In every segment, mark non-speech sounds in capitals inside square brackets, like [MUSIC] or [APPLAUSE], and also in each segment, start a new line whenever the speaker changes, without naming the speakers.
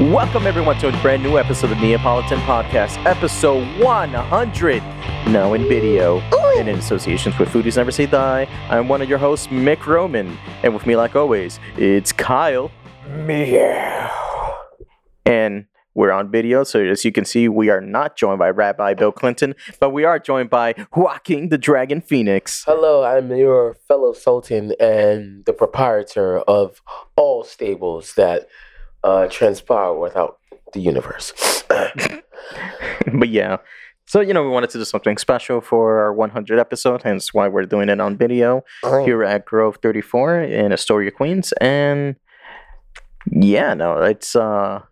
Welcome, everyone, to a brand new episode of Neapolitan Podcast, episode 100. Now in video and in associations with Foodies Never Say Die. I'm one of your hosts, Mick Roman. And with me, like always, it's Kyle. Meow. And we're on video, so as you can see, we are not joined by Rabbi Bill Clinton, but we are joined by Joaquin the Dragon Phoenix. [LAUGHS]
Hello, I'm your fellow Sultan and the proprietor of all stables that uh, transpire without the [LAUGHS] universe.
but yeah. So, you know, we wanted to do something special for our 100 episode, hence why we're doing it on video.
Oh.
here at Grove 34 in Astoria, Queens, and yeah, no, it's uh,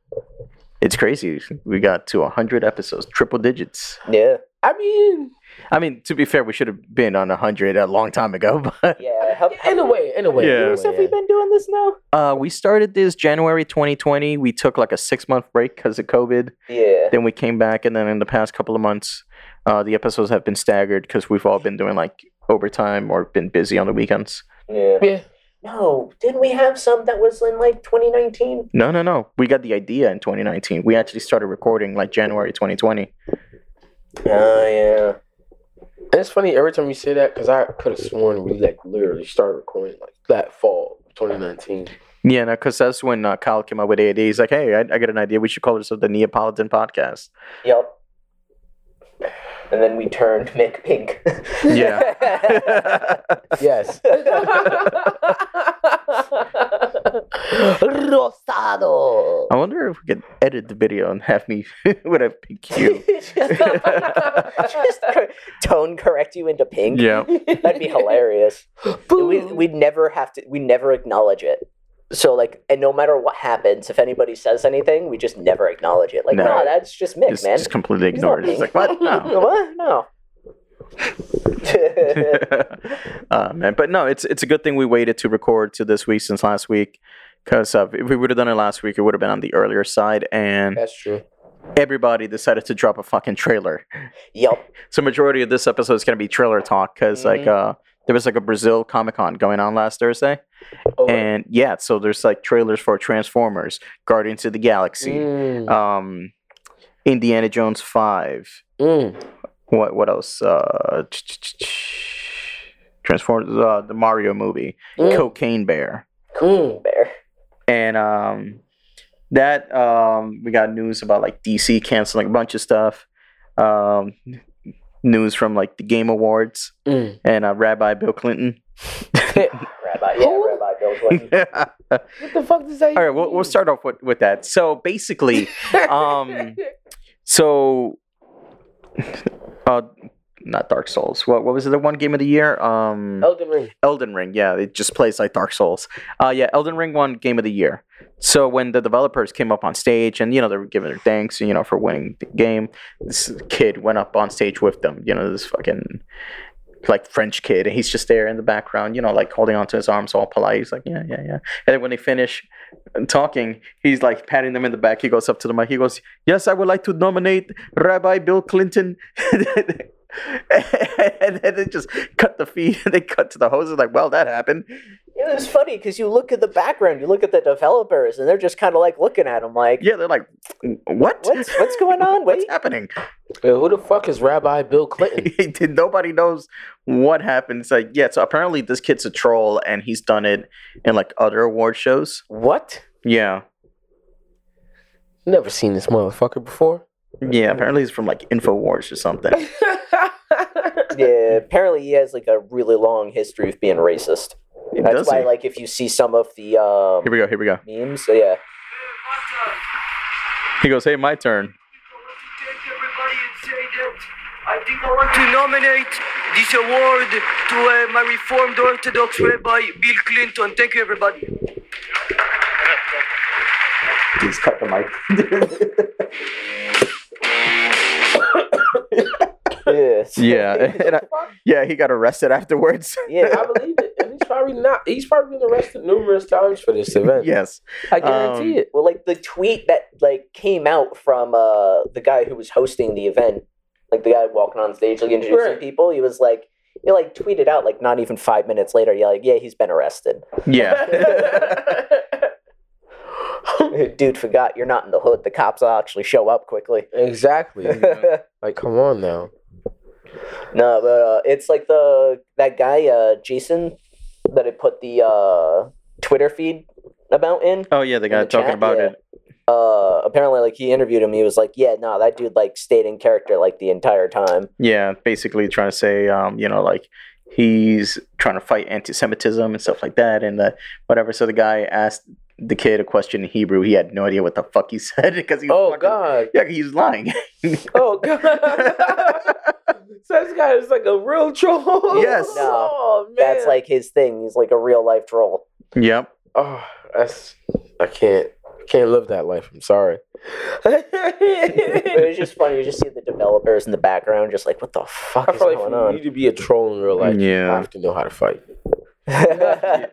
it's crazy. We got to 100 episodes, triple digits.
yeah. I mean,
I mean, to be fair, we should have been on 100 a long time ago, [LAUGHS] but
Yeah. How, how,
in a way, in a way.
Yeah.
in a
years
way,
have we been doing this now?
uh, we started this January 2020. We took like a six month break because of COVID.
Yeah.
Then we came back, and then in the past couple of months, uh, the episodes have been staggered because we've all been doing like overtime or been busy on the weekends.
Yeah.
Yeah.
No, didn't we have some that was in like 2019?
No, no, no. We got the idea in 2019. We actually started recording like January 2020.
Oh, yeah.
And it's funny every time you say that because I could have sworn we like literally started recording like that fall, [LAUGHS] 2019.
Yeah, no, because that's when uh, Kyle came up with AD. He's like, hey, I, I got an idea. We should call ourselves the Neapolitan
[LAUGHS]
Podcast.
Yep. And then we turned Mick Pink.
Yeah.
Yes.
[LAUGHS] Rosado.
I wonder if we could edit the video and have me [LAUGHS] with a pink
[LAUGHS]
hue.
Just cor- tone correct you into pink.
yeah.
That'd
[LAUGHS]
be hilarious. we we'd never have to we never acknowledge it so like and no matter what happens if anybody says anything we just never acknowledge it like
No.
no that's just mick
It's
man
just completely
He's not
ignored. It's like,
pink. [LAUGHS]
what? No.
what no
[LAUGHS]
[LAUGHS]
uh, man, but no, it's it's a good thing we waited to record to this week since last week. Because uh, if we would have done it last week, it would have been on the earlier side, and
That's true.
everybody decided to drop a fucking trailer.
yep
So majority of this episode is gonna be trailer talk because like
Mm-hmm.
uh there was like a Brazil Comic Con going on last Thursday,
Oh,
and yeah, so there's like trailers for Transformers, Guardians of the Galaxy,
mm,
um, Indiana Jones Five.
mm.
What what else? Uh, Transformers, uh, the Mario movie,
Mm.
Cocaine Bear,
Mm.
bear
and um, that um, we got news about like DC canceling a bunch of stuff, um, news from like the Game Awards
Mm.
and uh, Rabbi Bill Clinton. [LAUGHS]
rabbi yeah
Who?
rabbi Bill
All
Clinton.
What the fuck does that?
right, we'll, we'll start off with, with that. So basically, um, so [LAUGHS] uh, not Dark Souls. What what was the one game of the year? Um,
Elden Ring.
Elden Ring. Yeah, it just plays like Dark Souls. Uh, yeah, Elden Ring won game of the year. So when the developers came up on stage and you know they were giving their thanks you know for winning the game, this kid went up on stage with them. You know this fucking like French kid, and he's just there in the background. You know like holding onto his arms, all polite. He's like yeah yeah yeah. And then when they finish talking, he's like patting them in the back. He goes up to the mic. He goes yes, I would like to nominate Rabbi Bill Clinton. [LAUGHS] and then they just cut the feed [LAUGHS] and they cut to the hoses like well that happened
it was funny because you look at the background you look at the developers and they're just kind of like looking at him like
yeah they're like what
what's what's going
[LAUGHS]
on
what's
wait
happening
Wait, Uh, who the fuck is Rabbi
[LAUGHS]
Bill Clinton?
nobody knows what happened it's like yeah so apparently this kid's a troll and he's done it in like other award shows
what?
yeah
Never seen this motherfucker before.
yeah apparently he's from like infowars or
[LAUGHS]
something
yeah apparently he has like a really long history of being racist
It
that's
does
why
it.
like if you see some of the um,
here we go here we go
memes so yeah
he goes hey my
[LAUGHS]
turn
thank everybody and say that I think I want to nominate this award to uh, my Reformed Orthodox Rabbi Bill Clinton. Thank you, everybody.
he's cut the mic
Yes.
yeah [LAUGHS] and I- yeah he got arrested [LAUGHS] afterwards
[LAUGHS] yeah.
I believe it. And he's probably not. He's probably been arrested numerous times for
[LAUGHS]
this event.
yes
I guarantee
um,
it.
Well, like the tweet that like came out from uh the guy who was hosting the event, like the guy walking on stage, like introducing
Right.
people. He was like, he like tweeted out like not even five [LAUGHS] minutes later. Yeah, like yeah, he's been arrested.
yeah
dude forgot you're not in the hood. The cops will actually show up quickly.
[LAUGHS]
Exactly.
Yeah.
like, come on now.
[LAUGHS] No, but uh, it's like the that guy uh, Jason that I put the uh, Twitter feed about in.
Oh yeah, they
In
got
the
talking
chat,
about
yeah.
it.
Uh, apparently, like he interviewed him, he was like, "Yeah, no, that dude like stayed in character like the entire time."
Yeah, basically trying to say, um, you know, like he's trying to fight anti-Semitism and stuff like that, and uh, whatever. So the guy asked the kid a question in Hebrew. He had no idea what the fuck he [LAUGHS] said because he was
Oh
fucking-
God.
yeah, he was lying. [LAUGHS]
Oh God. [LAUGHS] so this guy is like a real troll.
Yes.
No,
[LAUGHS] Oh, man.
That's like his thing. He's like a real
[LAUGHS]
life troll.
yep.
Oh, that's. I can't. I can't live that life. I'm [LAUGHS] sorry.
It was just funny. You just see the developers in the background, just like, "What the fuck
I
is
feel like if
going
you
on?"
need to be a troll in real life, you
Yeah.
have to know how to
[LAUGHS]
fight.
yeah,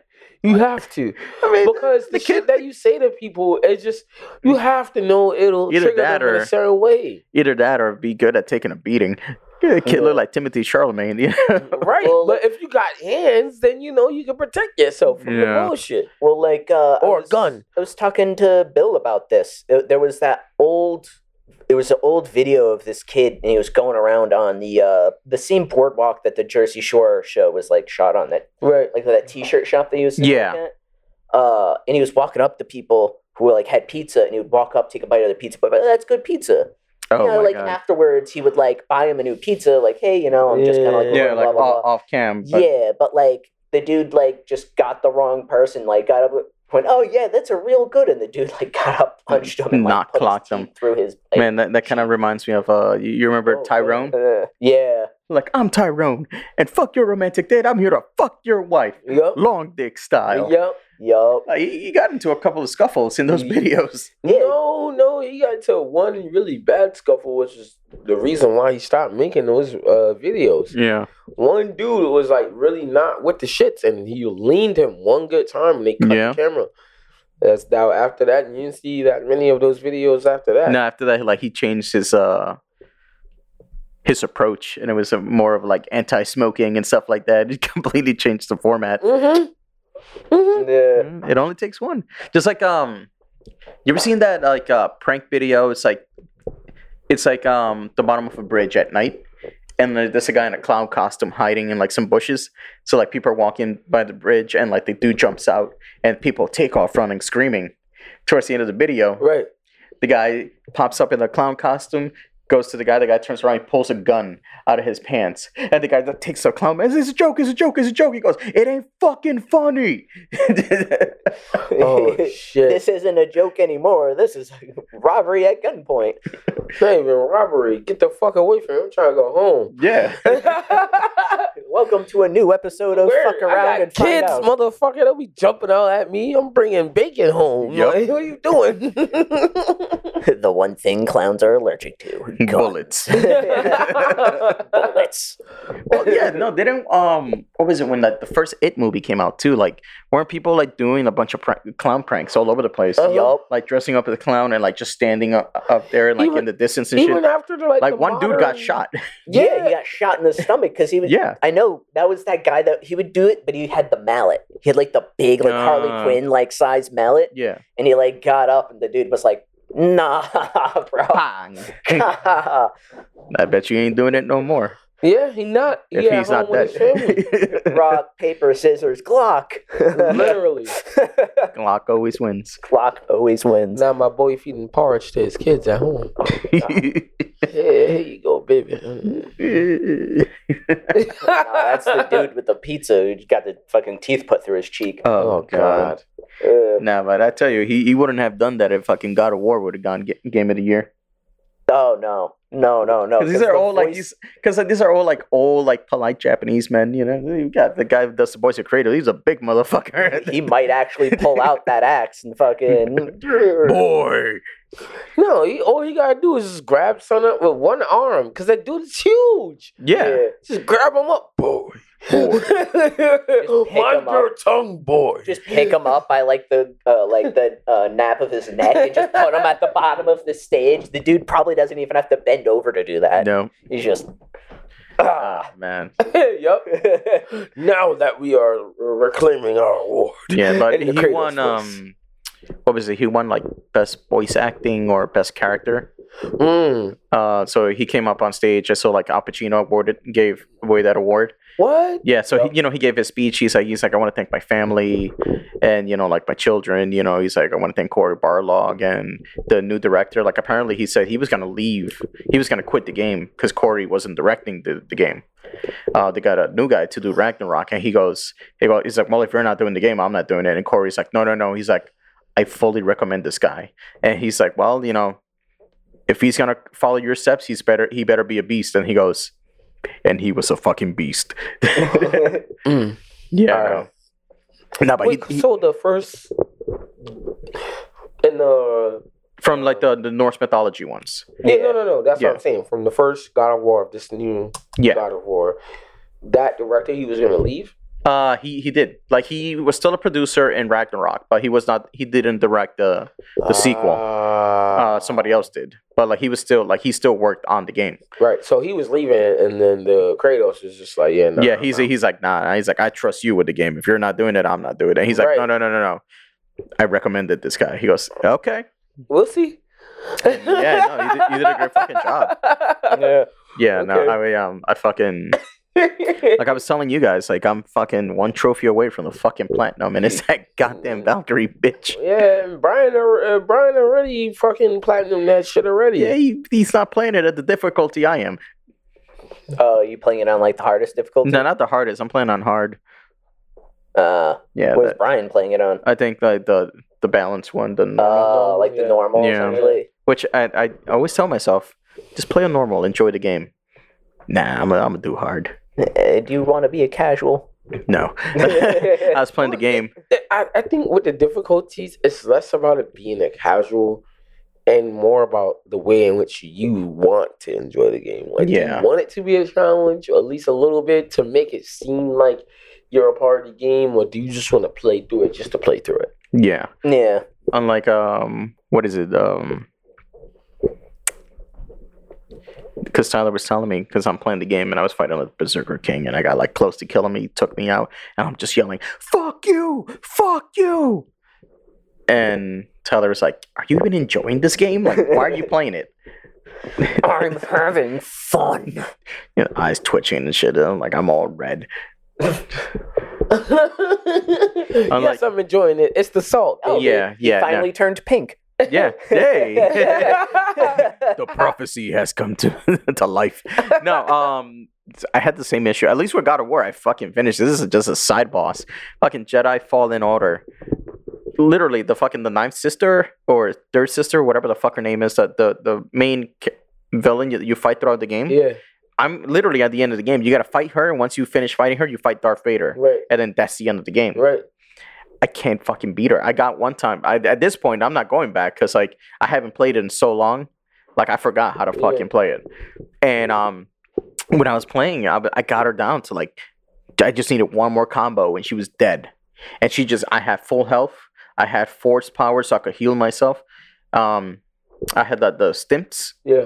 You have to.
I mean,
Because the,
the
shit that you say to people, it's just you have to know it'll
Either
trigger
that
them in
or-
a certain way.
either that or be good at taking a beating. [LAUGHS] Yeah, the kid looked like Timothy Charlemagne. [LAUGHS] You know?
Right.
Well,
but if you got hands, then you know you can protect yourself from
Yeah.
the bullshit.
Well, like, uh, I
Or a
was-
gun.
I was talking to Bill about this. There there was that old. It was an old video of this kid, and he was going around on the uh, the same boardwalk that the Jersey Shore show was like shot on. That
Right.
like that T-shirt shop they used. to
Yeah.
work at. Uh, and he was walking up to people who were like had pizza, and he would walk up, take a bite of the pizza, but "Oh, that's good pizza.
oh
you know,
my
like and
god.
afterwards, he would like buy him a new pizza. Like, hey, you know, I'm just kind of like,
Yeah,
Yeah,
blah,
like
blah, blah,
off, off cam. but-
yeah, but like the dude like just got the wrong person. Like got up, went, oh yeah, that's a real good, and the dude like [LAUGHS] got up, punched him, and like,
Not
put his
clocked
teeth
him.
through his. Like,
Man, that, that kind of reminds me of uh, you, you remember
oh,
Tyrone?
uh, yeah,
Like, I'm Tyrone, and fuck your romantic date. I'm here to fuck your wife,
Yep.
long dick style.
Yep.
yup.
Like, he, he got into a couple of scuffles in those
Ye-
videos.
Yeah.
No, no, he got into one really bad scuffle, which is the reason why he stopped making those uh, videos.
[LAUGHS] Yeah.
One dude was like really not with the shits, and he leaned him one good time, and they cut
Yeah.
the camera. That's now after that, you didn't see that many of those videos after that.
No, after that, like he changed his uh his approach, and it was a, more of like anti-smoking and stuff like that. [LAUGHS] He completely changed the format.
Mm-hmm. Mm-hmm.
Yeah.
Mm, It only takes one. Just like um, you ever seen that like uh prank video? It's like it's like um the bottom of a bridge at night, and there- there's a guy in a clown costume hiding in like some bushes. So like people are walking by the bridge, and like the dude jumps out, and people take off running, screaming. Towards the end of the video,
Right.
the guy pops up in a clown costume. Goes to the guy. The guy turns around. He pulls a gun out of his pants, and the guy that takes the clown. It's it's a joke. It's a joke. It's a joke. He goes, "It ain't fucking funny." [LAUGHS]
[LAUGHS]
[LAUGHS]
Oh shit!
this isn't a joke anymore. This is [LAUGHS] robbery at gunpoint.
not even robbery. Get the fuck away from him. I'm trying to go home. [LAUGHS]
[LAUGHS]
Yeah.
Welcome to a new episode of
Where?
Fuck
I got
Around and Find
kids,
Out.
motherfucker. They'll be jumping out at me. I'm bringing bacon home.
Yup.
Like, what are you
[LAUGHS]
doing?
[LAUGHS]
[LAUGHS]
the one thing clowns are allergic to: guns.
Bullets.
Bullets.
well, yeah, no, they didn't. Um, what was it when like the first It movie came out too? Like, weren't people like doing a bunch of prank- clown pranks all over the place?
Uh-huh.
Yup.
Like dressing up as a clown and like just standing up, up there like in
Even-
the distance and
Even
shit.
after the like,
Like
the
one dude got
modern-
shot.
Yeah.
Yeah.
he got shot in the stomach because he was.
yeah,
I know that was that guy that he would do it, but he had the mallet. He had like the big, like
Ah.
Harley Quinn, like size mallet,
[LAUGHS]
yeah.
and he like got up, and the dude was like, "Nah, [LAUGHS] bro."
[LAUGHS]
Bang. I bet you ain't doing it no more.
Yeah, he not.
If
yeah,
he's not
family.
[LAUGHS] dead,
[LAUGHS] Rock, paper, scissors, Glock.
Literally.
Glock always wins. [LAUGHS]
[LAUGHS] Glock always wins.
Now my boy feeding porridge to his kids at home.
Oh,
Yeah, here you go, baby.
No,
[LAUGHS]
that's the dude with the pizza who got the fucking teeth put through his cheek.
Oh God.
Uh,
Nah, but I tell you, he, he wouldn't have done that if fucking God of War would have gone ga- Game of the Year.
oh no, no, no, no.
Because these
'cause
are
the
all like
voice-
these, because like, these are all like old like polite Japanese men. You know, you got the guy who does the voice of Kratos. He's a big
[LAUGHS]
motherfucker.
He might actually pull out that axe and
[LAUGHS]
fucking.
Boy,
No, he, all he gotta do is just grab son up with one arm, cause that dude is huge.
yeah,
Just grab him up, boy. [LAUGHS]
Boy.
pick
Mind
him
your tongue, boy.
just
[LAUGHS]
pick him up by like the uh, like the uh, nap of his neck and just put him at the bottom of the stage. The dude probably doesn't even have to bend over to do that.
no,
He's just
ah man,
[LAUGHS] yep. now that we are reclaiming our award.
yeah, but
[LAUGHS] And the
he
Kratos
won.
voice.
Um, what was it? He won like best voice acting or best character.
Mm.
Uh, so he came up on stage. I saw like Al Pacino awarded gave away that award.
What?
Yeah, so
Yep.
he, you know he gave his speech. He's like he's like I want to thank my family, and you know like my children. You know he's like I want to thank Corey Barlog and the new director. Like apparently he said he was gonna leave. He was gonna quit the game because Corey wasn't directing the, the game. Uh, they got a new guy to do Ragnarok, and he goes he goes he's like well if you're not doing the game I'm not doing it. And Corey's like no no no. He's like I fully recommend this guy, and he's like well you know if he's gonna follow your steps he's better he better be a beast. And he goes. And he was a fucking beast. [LAUGHS]
Mm.
Yeah.
All
I
right.
know. No, but he-
Wait,
he,
so the first in the
from like the, the Norse mythology ones.
yeah,
Yeah.
no no no that's
Yeah.
what I'm saying from the first God of War of this new
Yeah.
God of War that director he was gonna leave
Uh he he did. Like he was still a producer in Ragnarok, but he was not he didn't direct the The sequel.
Ah.
uh somebody else did. But like he was still like he still worked on the game.
right so he was leaving and then the Kratos was just like yeah no,
yeah,
no,
he's
no.
he's like, nah, he's like, I trust you with the game. If you're not doing it, I'm not doing it. He's like,
Right.
No, no, no, no, no. I recommended this guy. He goes,
[LAUGHS]
Okay.
we'll see
Yeah, no, you did- you did a great fucking job.
yeah
Yeah, no,
Okay.
I mean um I fucking like I was telling you guys, like I'm fucking one trophy away from the fucking platinum and it's that goddamn Valkyrie bitch.
[LAUGHS] yeah and Brian al- uh, Brian already fucking platinum that shit already
Yeah, he, he's not playing it at the difficulty I am.
Oh, you playing it on like the hardest difficulty?
No, not the hardest. I'm playing on hard.
Uh,
Yeah,
where's
that-
Brian playing it on?
I think like the the balance one, the normal,
Uh,
normal,
like the
yeah.
normal,
Yeah.
essentially.
which I, I always tell myself, just play on normal, enjoy the game. Nah, I'm gonna I'm gonna do hard.
Uh, do you want to be a
[LAUGHS]
casual?
No, I
[LAUGHS]
[LAUGHS]
yeah,
was playing the game.
I, I think with the difficulties, it's less about it being a casual and more about the way in which you want to enjoy the game. Like,
Yeah.
you want it to be a challenge, or at least a little bit, to make it seem like you're a part of the game, or do you just want to play through it just to play through it?
Yeah,
yeah.
unlike um, what is it um. Because Tyler was telling me, because I'm playing the game and I was fighting with Berserker King and I got like close to killing me, he took me out, and I'm just yelling, "Fuck you! Fuck you!" And Tyler was like, "Are you even enjoying this game? Like, why
[LAUGHS]
are you playing it?"
I'm having fun.
You know, eyes twitching and shit. And I'm like, I'm all red.
[LAUGHS] yes,
like-
I'm enjoying it. It's the salt.
Oh,
yeah, yeah, no.
Finally turned pink. [LAUGHS]
yeah, yay!
the
the prophecy has come to [LAUGHS] to life. No, um, I had the same issue. At least with God of War, I fucking finished. This is just a side boss. Fucking Jedi Fallen Order. Literally, the fucking the ninth sister or third sister, whatever the fuck her name is, that the the main ca- villain that you fight throughout the game.
[LAUGHS] Yeah,
I'm literally at the end of the game. You got to fight her, and once you finish fighting her, you fight Darth Vader,
right,
and then that's the end of the game.
right.
I can't fucking beat her. I got one time. I, at this point, I'm not going back because like I haven't played it in so long. Like I forgot how to
Yeah.
fucking play it. And um, when I was playing, I, I got her down to like I just needed one more combo, and she was dead. And she just I had full health. I had force power, so I could heal myself. Um, I had the the stimps,
Yeah.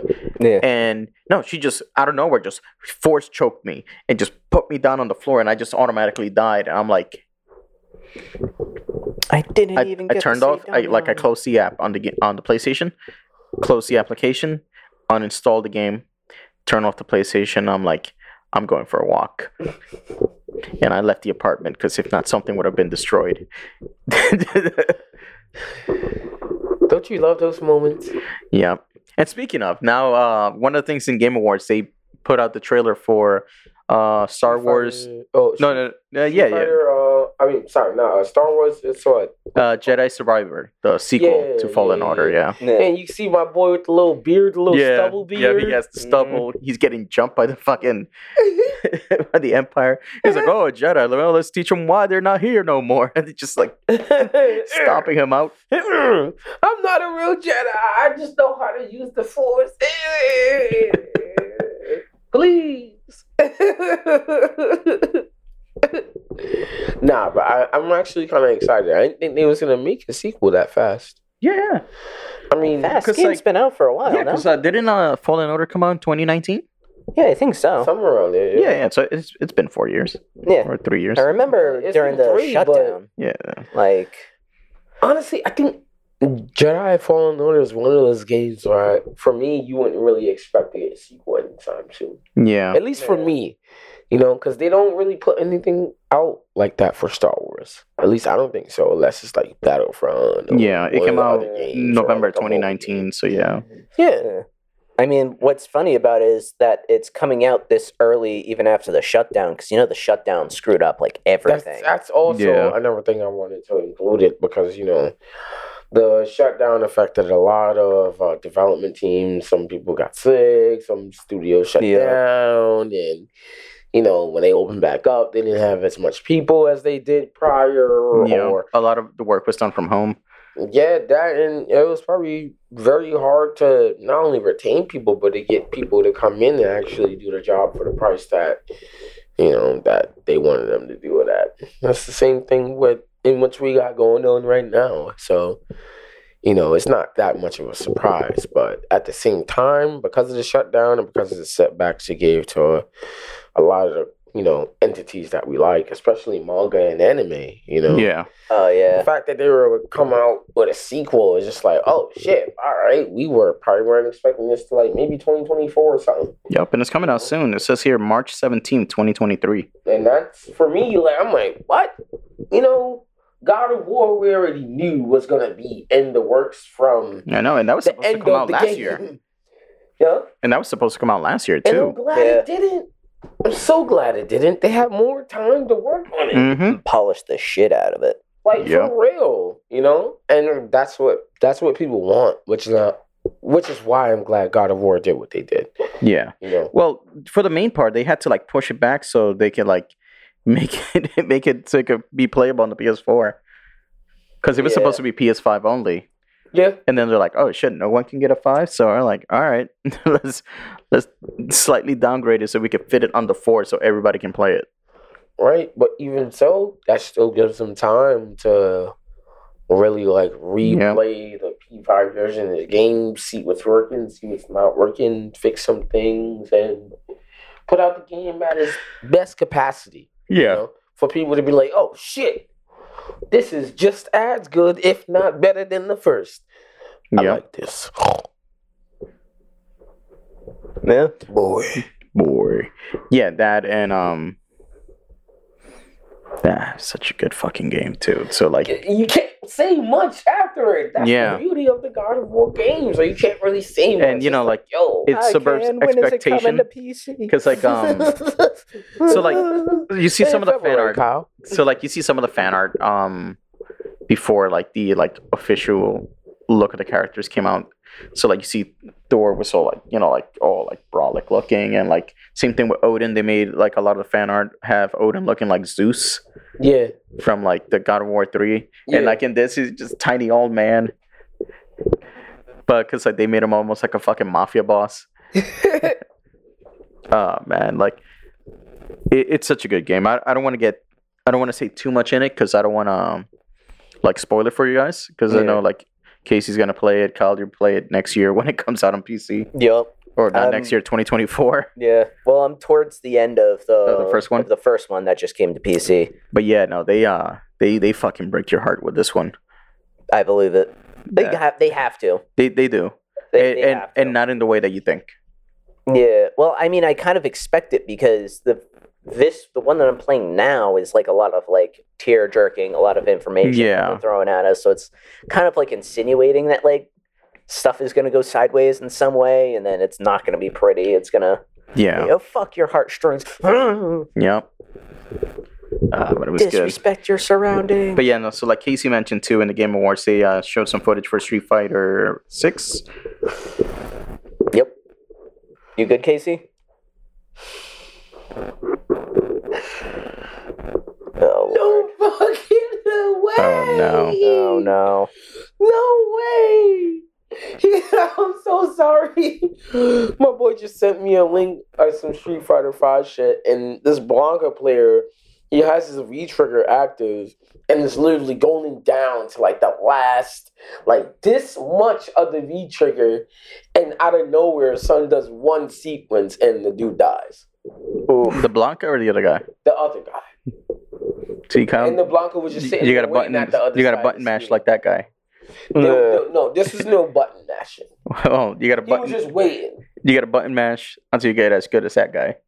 and no, she just out of nowhere just force choked me and just put me down on the floor, and I just automatically died. And I'm like.
I didn't
I,
even.
I
Get to
turned
see
off. I,
Damian.
like I closed the app on the ga- on the PlayStation, closed the application, uninstalled the game, turned off the PlayStation. I'm like, I'm going for a walk, and I left the apartment because if not, something would have been destroyed. [LAUGHS]
Don't you love those moments?
yeah. And speaking of, now uh, one of the things in Game Awards they put out the trailer for uh, Star Wars.
Oh
No, no, no, uh, yeah, yeah.
yeah. Uh, I mean, sorry, no. Uh, Star Wars. It's what
Uh, Jedi Survivor, the sequel
Yeah,
to Fallen
yeah,
Order.
yeah.
Yeah.
Yeah.
And you see my boy with the little beard, the little stubble beard. Mm.
Yeah, he has the stubble. He's getting jumped by the fucking by the Empire. He's like, oh Jedi, well, let's teach them why they're not here no more. [LAUGHS] And it's just like stomping him out.
[LAUGHS] I'm not a real Jedi. I just know how to use the Force. [LAUGHS] Please. [LAUGHS] nah, but I, I'm actually kind of excited. I didn't think they was gonna make a sequel that fast.
Yeah.
I mean,
Fast
'cause,
game's
like-
been out for a while.
Yeah,
no?
because uh, didn't uh, Fallen Order come out in 2019?
yeah, I think so.
somewhere around there.
Yeah, yeah. So it's it's been four years
yeah.
or three years.
I remember
It's
during
been
the
three, but-
shutdown,
Yeah.
like
honestly, I think Jedi Fallen Order is one of those games where, I, for me, you wouldn't really expect to get a sequel anytime soon.
Yeah.
At least for me, you know, because they don't really put anything out like that for Star Wars. At least I don't think so, unless it's like Battlefront. or
Yeah, it
one
came
of the
out
other games or,
November
like, a whole-
2019. So yeah.
Yeah,
I mean, what's funny about it is that it's coming out this early, even after the shutdown, because you know the shutdown screwed up like
that's
everything.
that's also
Yeah.
another thing I wanted to include it because you know. The shutdown affected a lot of uh, development teams. Some people got sick. Some studios shut
Yeah.
down, and you know when they opened back up, they didn't have as much people as they did prior.
Yeah.
Or
A lot of the work was done from home.
Yeah, that and it was probably very hard to not only retain people, but to get people to come in and actually do the job for the price that you know that they wanted them to do it at. That's the same thing with in which we got going on right now. So you know, it's not that much of a surprise, but at the same time, because of the shutdown and because of the setbacks it gave to a, a lot of the you know entities that we like, especially manga and anime, you know,
Yeah.
oh
the
yeah,
fact that they were to come out with a sequel is just like, oh shit, all right, we were probably weren't expecting this to like maybe 2024 or something.
Yep. And it's coming out soon. It says here March 17th, 2023.
And that's for me, like, I'm like, what? You know, God of War, we already knew was gonna be in the works from
I know, and that was
the
supposed to
end
come
of
out
the
last
game.
year.
[LAUGHS] yeah,
And that was supposed to come out last year
and I'm
too.
glad
Yeah.
it didn't. I'm so glad it didn't. They had more time to work on it.
Mm-hmm.
polished the shit out of it.
like
Yeah.
for real, you know. And that's what that's what people want, which is not, which is why I'm glad God of War did what they did.
Yeah.
You know,
Well, for the main part, they had to like push it back so they could like [LAUGHS] make it make it so it could be playable on the PS4. Because it was
Yeah.
supposed to be PS5 only,
yeah,
and then they're like, "Oh shit, no one can get a five. So we're like, "All right, [LAUGHS] let's let's slightly downgrade it so we can fit it on the four, so everybody can play it."
right. But even so, that still gives them time to really like replay the P5 version of the game, see what's working, see what's not working, fix some things, and put out the game at its best capacity. you know, for people to be like, oh shit, this is just as good, if not better than the first. I
Yeah.
like this.
Yeah,
Boy.
boy. Yeah, that and um, that such a good fucking game too. So like,
You can't say much after it. That's
Yeah.
the beauty of the God of War games. Like, you can't really say much.
you
It's
know, like,
yo.
it subverts expectation because like
[LAUGHS]
um, so, like, you see some of the fan art.
Kyle.
so like you see some of the fan art um before like the like official look of the characters came out so like you see thor was so like you know like all like brolic looking and like same thing with odin they made like a lot of the fan art have odin looking like zeus
Yeah.
from like the god of war 3
Yeah.
and like in this he's just tiny old man but because like they made him almost like a fucking mafia
[LAUGHS]
boss oh man like it, it's such a good game i, I don't want to get i don't want to say too much in it because i don't want to um, like spoil it for you guys because i
Yeah.
know like casey's gonna play it kyle you play it next year [LAUGHS] when it comes out on pc
yep,
or not
Um,
next year 2024
yeah. Well, I'm towards the end of the
Oh, the first one?
of the first one that just came to PC.
but yeah no they uh they they fucking break your heart with this one
I believe it. They
Yeah.
have they have to.
they, they do
They,
and
they
and,
have to.
and not in the way that you think
Yeah. Well, I mean, I kind of expect it because the this the one that I'm playing now is like a lot of like tear jerking, a lot of information
Yeah.
they're thrown at us. So it's kind of like insinuating that like stuff is going to go sideways in some way, and then it's not going to be pretty. It's going to
yeah
you know, fuck your heartstrings,
Yep. Uh, but it was good.
[GASPS] disrespect your surroundings.
But yeah, no. So like Casey mentioned too in the Game Awards, they uh, showed some footage for Street Fighter Six.
Yep. You good, Casey? Oh, Lord.
No fucking way.
Oh, no.
oh no.
No way! [LAUGHS] I'm so sorry. [GASPS] My boy just sent me a link of some Street Fighter 5 shit, and this Blanca player, he has his V trigger active, and it's literally going down to like the last, like this much of the V trigger, and out of nowhere, Sun does one sequence, and the dude dies.
The Blanca or the other guy?
The other guy.
See, Kyle,
and the Blanco was just sitting.
Um, you got
there
a
waiting
button.
at the other
You got
side
a
of
button
the
mash
screen.
like that guy. [LAUGHS]
No,
Oh,
no, no, this is no button mashing.
you got a
He
button.
was just waiting,
you got a button mash until you get as good as that
[LAUGHS]
guy.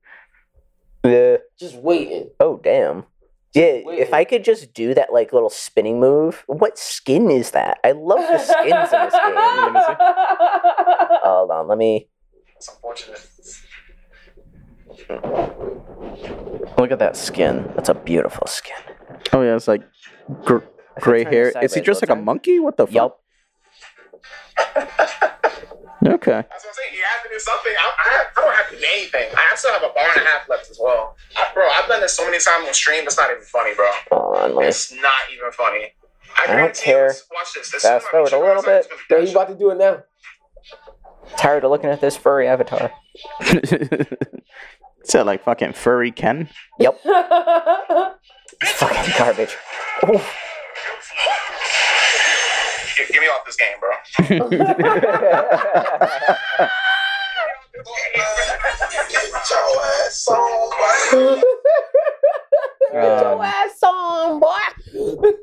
Yeah.
just waiting.
Oh damn. Yeah,
Wait.
if I could just do that like little spinning move. What skin is that? I love the skins in
[LAUGHS]
this game. Hold on, let me
It's unfortunate.
look at that skin. That's a beautiful skin.
Oh yeah, it's like gr-
I should
gray
turn this
hair. Is he
sideways,
dressed like
don't
a
I?
monkey? What the fuck?
Yup.
Okay. [LAUGHS]
That's what I'm saying. He has to do something. I, I, have, I don't have to do anything. I still have a bar and a half left as well. I, bro, I've done this so many times on stream. It's not even funny, bro.
Hold on, let me
It's not even funny. I,
don't
guarantee
care.
you, Watch this. this
Fast forward a little bit.
So he about to do it now.
tired of looking at this furry avatar.
Is that like fucking furry Ken?
Yep. Fucking
[LAUGHS]
garbage. Oh,
Get, get me off this game, bro. [LAUGHS]
[LAUGHS]
Um,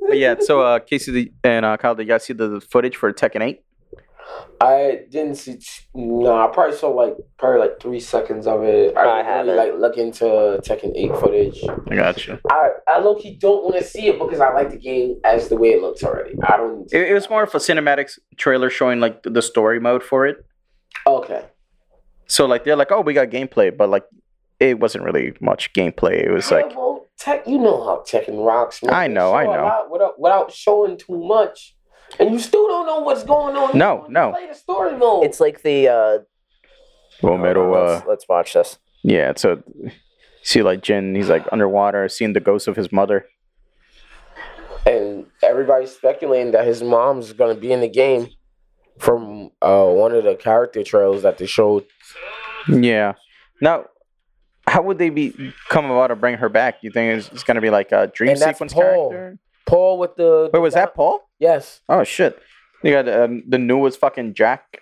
but yeah, so uh, Casey the, and uh, Kyle, did you guys see the, the footage for Tekken 8?
I didn't see. No, nah, I probably saw like probably like three seconds of it. I,
I
didn't
haven't.
really like look into Tekken Eight footage.
I gotcha.
I I low key don't want to see it because I like the game as the way it looks already. I don't. need to-
It, it was more of a cinematics trailer showing like the story mode for it.
okay.
So like they're like, oh, we got gameplay, but like it wasn't really much gameplay. It was
Yeah,
like,
well, Tek- you know how Tekken rocks. Man.
I
They
know, I
show a
know.
lot without without showing too much, and you still don't know what's going on.
No,
You
no.
Play the story mode.
it's like the uh,
well, middle, uh,
let's, let's watch this.
yeah. So see like Jin, he's like underwater, seeing the ghost of his mother.
and everybody's speculating that his mom's gonna be in the game from uh, one of the character trails that they showed.
Yeah. Now, how would they be come about to bring her back? You think it's, it's gonna be like a dream
And that's
sequence
Paul.
character?
Paul with the
Wait, was that Paul?
Yes.
Oh shit! You got um, the newest fucking Jack.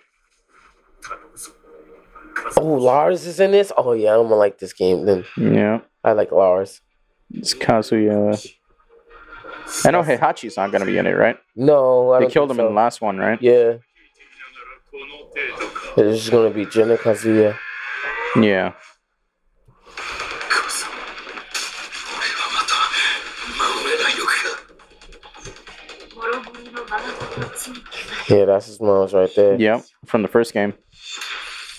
Oh, Lars is in this. Oh yeah, I'm gonna like this game. Then
Yeah,
I like Lars.
it's Kazuya. I know Heihachi's not gonna be in it, right?
No, I
They
don't
killed him
think
in
so.
the last one, right?
Yeah, it's just gonna be Jenna Kazuya.
Yeah.
Yeah, that's his mom's right there.
Yeah, from the first game.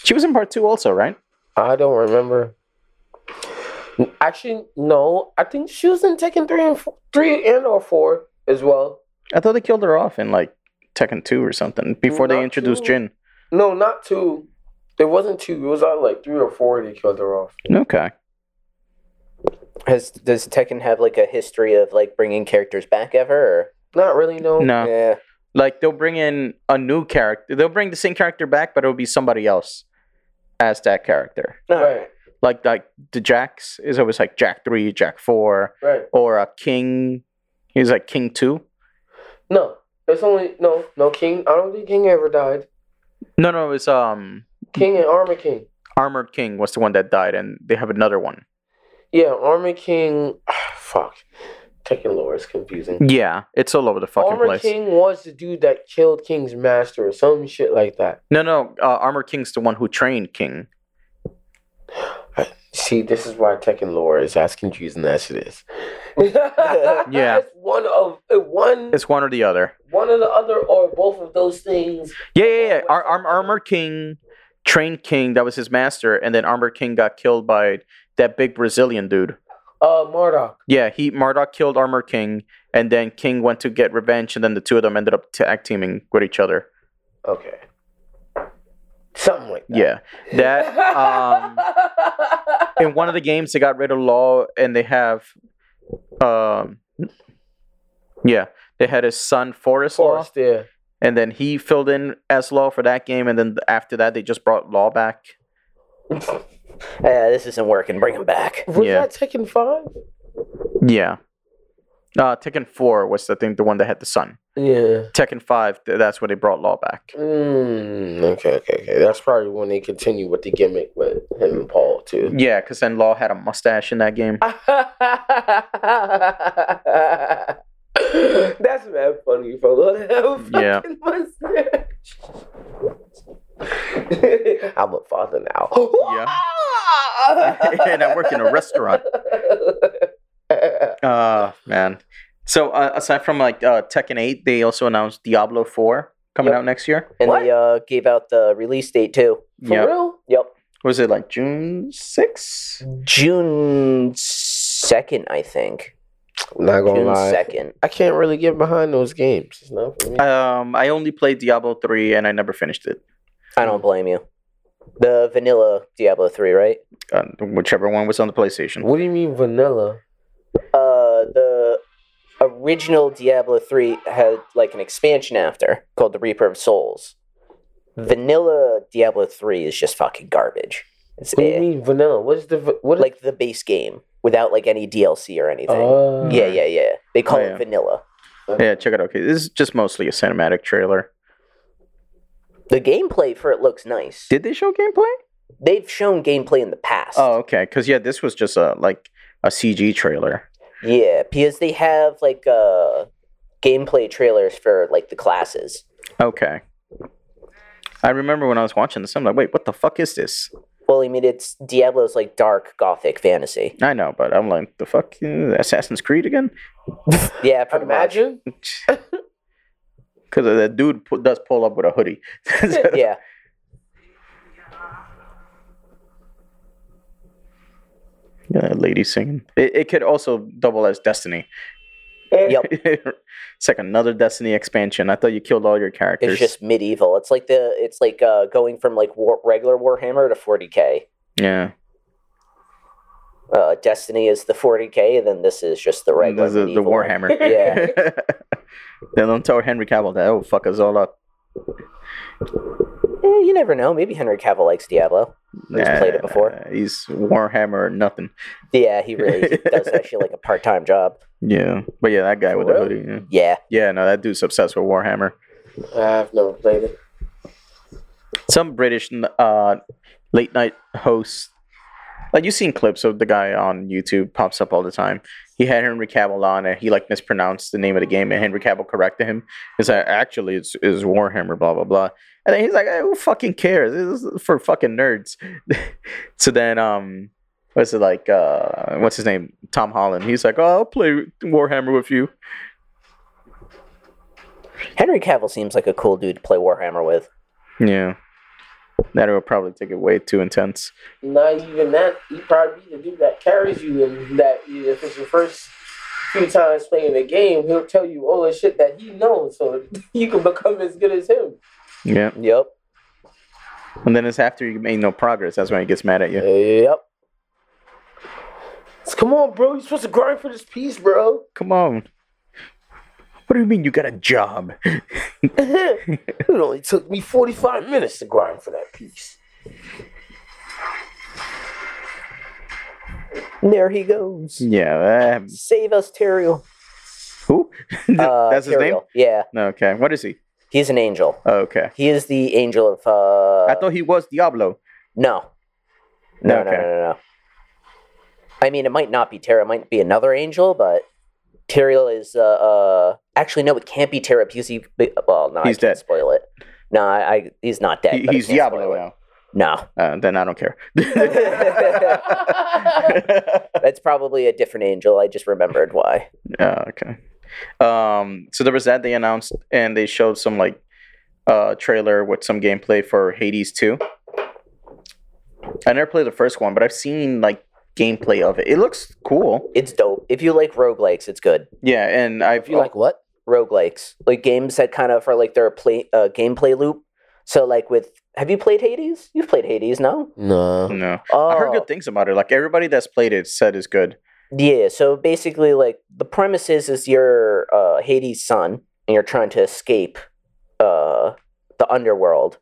She was in part two also, right?
I don't remember. N- Actually, no. I think she was in Tekken three and four, three and or four as well.
I thought they killed her off in like Tekken two or something before they
Not
introduced
two.
Jin.
No, not two. It wasn't two. It was uh, like three or four. They killed her off.
Okay.
Has does Tekken have like a history of like bringing characters back ever?
Not really. No.
Or?
No.
Yeah.
like they'll bring in a new character. They'll bring the same character back, but it'll be somebody else as that character.
Right.
Like like the Jacks is always like Jack three, Jack four,
Right.
or a King. He's like King two.
No. It's only no. No King. I don't think King ever died.
No, no, it's um
King and Armor King.
Armored King was the one that died, and they have another one.
Yeah, Armor King. [SIGHS] fuck. Tekken lore is confusing.
Yeah, it's all over the fucking
Armor
place.
King was the dude that killed King's master or some shit like that.
No, no, uh, Armored King's the one who trained King.
See, this is why Tekken lore is as confusing as it [LAUGHS] is.
Yeah.
It's one of uh, one
It's one or the other.
one of the other or both of those things.
Yeah, yeah, yeah. Ar- Arm- Armored King trained King. That was his master, and then Armored King got killed by that big Brazilian dude.
Uh, Marduk.
Yeah, he Marduk killed Armor King, and then King went to get revenge, and then the two of them ended up tag teaming with each other.
Okay. Something like that.
Yeah,
[LAUGHS]
that. Um,
Um,
in one of the games, they got rid of Law, and they have, um, yeah, they had his son Forest Law,
Forest, yeah.
and then he filled in as Law for that game, and then after that, they just brought Law back.
Yeah, Uh, this isn't working. Bring him back.
Was
Yeah.
that Tekken Five?
Yeah, uh, Tekken Four was the thing, the one that had the son.
Yeah.
Tekken Five. th- That's where they brought Law back.
Mm, okay, okay, okay. That's probably when they continue with the gimmick with him and Paul too.
Yeah, because then Law had a mustache in that game.
[LAUGHS] That's mad funny for little
Yeah.
[LAUGHS] I'm a father now.
Yeah. [LAUGHS] And I work in a
[LAUGHS]
restaurant. Uh man. So uh, aside from like uh, Tekken Eight, they also announced Diablo Four coming
Yep.
out next year.
and
What?
they uh, gave out the release date too.
For
yeah,
real?
Yep,
was it like June 6th?
June second, I think.
I'm not gonna
June
lie.
second.
I can't really get behind those games. It's not for me.
Um, I only played Diablo Three and I never finished it.
I don't blame you. The vanilla Diablo three, right?
Uh, whichever one was on the PlayStation.
what do you mean vanilla?
Uh, the original Diablo 3 had like an expansion after called the Reaper of Souls.
Hmm.
Vanilla Diablo 3 is just fucking garbage. It's
What do you
eh.
mean vanilla? What's the va- what? is-
like the base game without like any DLC or
uh,
anything.
Oh.
yeah, yeah, yeah. They call
Oh,
it
yeah.
vanilla.
Yeah, check it out. Okay, this is just mostly a cinematic trailer.
The gameplay for it looks nice.
Did they show gameplay?
They've shown gameplay in the past.
Oh, okay. Because yeah, this was just a like a CG trailer.
Yeah, because they have like uh gameplay trailers for like the classes.
Okay. I remember when I was watching this, I'm like, wait, what the fuck is this?
Well, I mean it's Diablo's like dark gothic fantasy.
I know, but I'm like, the fuck, uh, Assassin's Creed again?
Yeah, pretty much.
Imagine.
Because uh, that dude pu- does pull up with a hoodie. [LAUGHS]
yeah.
yeah, that lady singing. It, it could also double as Destiny.
Eh. Yep.
[LAUGHS] it's like another Destiny expansion. I thought you killed all your characters.
It's just medieval. It's like the it's like uh, going from like war, regular Warhammer to 40k.
yeah.
Uh, Destiny is the 40k, and then this is just the regular.
This is the
medieval one.
Warhammer.
[LAUGHS] Yeah.
[LAUGHS] then don't tell Henry Cavill that. Oh, fuck us all up.
Eh, you never know. Maybe Henry Cavill likes Diablo. He's played it before.
He's Warhammer or nothing.
Yeah, he really
[LAUGHS]
he does that shit like a part time job.
Yeah. But yeah, that guy
For
with
real?
the hoodie. Yeah.
Yeah,
yeah, no, that dude's obsessed with Warhammer.
I've never played it.
some British n- uh, late night host. Like you've seen clips of the guy on YouTube pops up all the time. He had Henry Cavill on, and he like mispronounced the name of the game, and Henry Cavill corrected him. He's like, actually, it's is Warhammer, blah blah blah. And then he's like, "Eh, who fucking cares? This is for fucking nerds. [LAUGHS] so then, um, what's it like? Uh, what's his name? Tom Holland. He's like, oh, I'll play Warhammer with you.
Henry Cavill seems like a cool dude to play Warhammer with.
Yeah, that will probably take it way too intense.
Not even that. You probably be the dude that carries you, and that if it's your first few times playing the game, he'll tell you all the shit that he knows, so [LAUGHS] you can become as good as him.
Yeah.
Yep.
And then it's after you made no progress. That's when he gets mad at you.
Yep. Come on, bro. You're supposed to grind for this piece, bro.
Come on. What do you mean you got a job? [LAUGHS]
it only took me 45 minutes to grind for that piece.
There he goes.
Yeah. that happens.
Save us, Tyrael.
who? [LAUGHS]
Uh,
That's his name?
Tyrael. Yeah,
Okay. What is he? Oh,
he's an angel.
Okay.
He is the angel of. Uh,
I thought he was Diablo.
No. No, no,
Okay.
no, no, no. I mean, it might not be Terra. It might be another angel, but Tyrael is. Uh, uh, actually, no, it can't be Terra because he. Well, no,
He's
I can't
dead.
spoil it. No, I, I he's not dead.
He-
but I
he's
can't spoil
Diablo
it.
now.
No,
Uh, then I don't
[LAUGHS]
care. [LAUGHS]
that's probably a different angel. I just remembered why.
Oh, okay. Um, so there was that they announced, and they showed some like uh trailer with some gameplay for Hades 2. I never played the first one, but I've seen like gameplay of it. It looks cool.
It's dope. If you like roguelikes, it's good.
Yeah, and I've
If you like what?
Roguelikes, like games that kind of are like their play uh, gameplay loop. So, like with, have you played Hades? You've played Hades, no?
No.
no.
Oh,
I heard good things about it. Like everybody that's played it said it's good.
Yeah, so basically, like the premise is, is you're uh, Hades' son, and you're trying to escape uh, the underworld,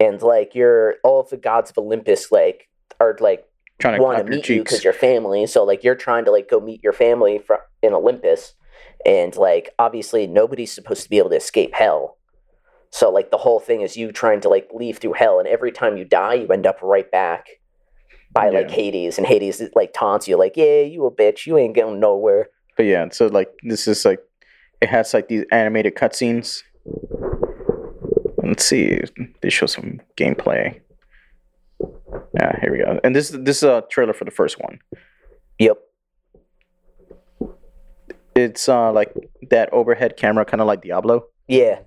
and like you're all of the gods of Olympus, like are like
Trying to
want
clap
to
your
meet you
cheeks.
because you're family. So like you're trying to like go meet your family fr- in Olympus, and like obviously nobody's supposed to be able to escape hell so like the whole thing is you trying to like leave through hell and every time you die you end up right back by like
Yeah.
hades and hades like taunts you like yeah you a bitch you ain't going nowhere
But yeah, so like this is like it has like these animated cutscenes. Let's see, they show some gameplay. Yeah, here we go. And this this is a trailer for the first one.
yep
It's uh like that overhead camera, kind of like Diablo.
Yeah.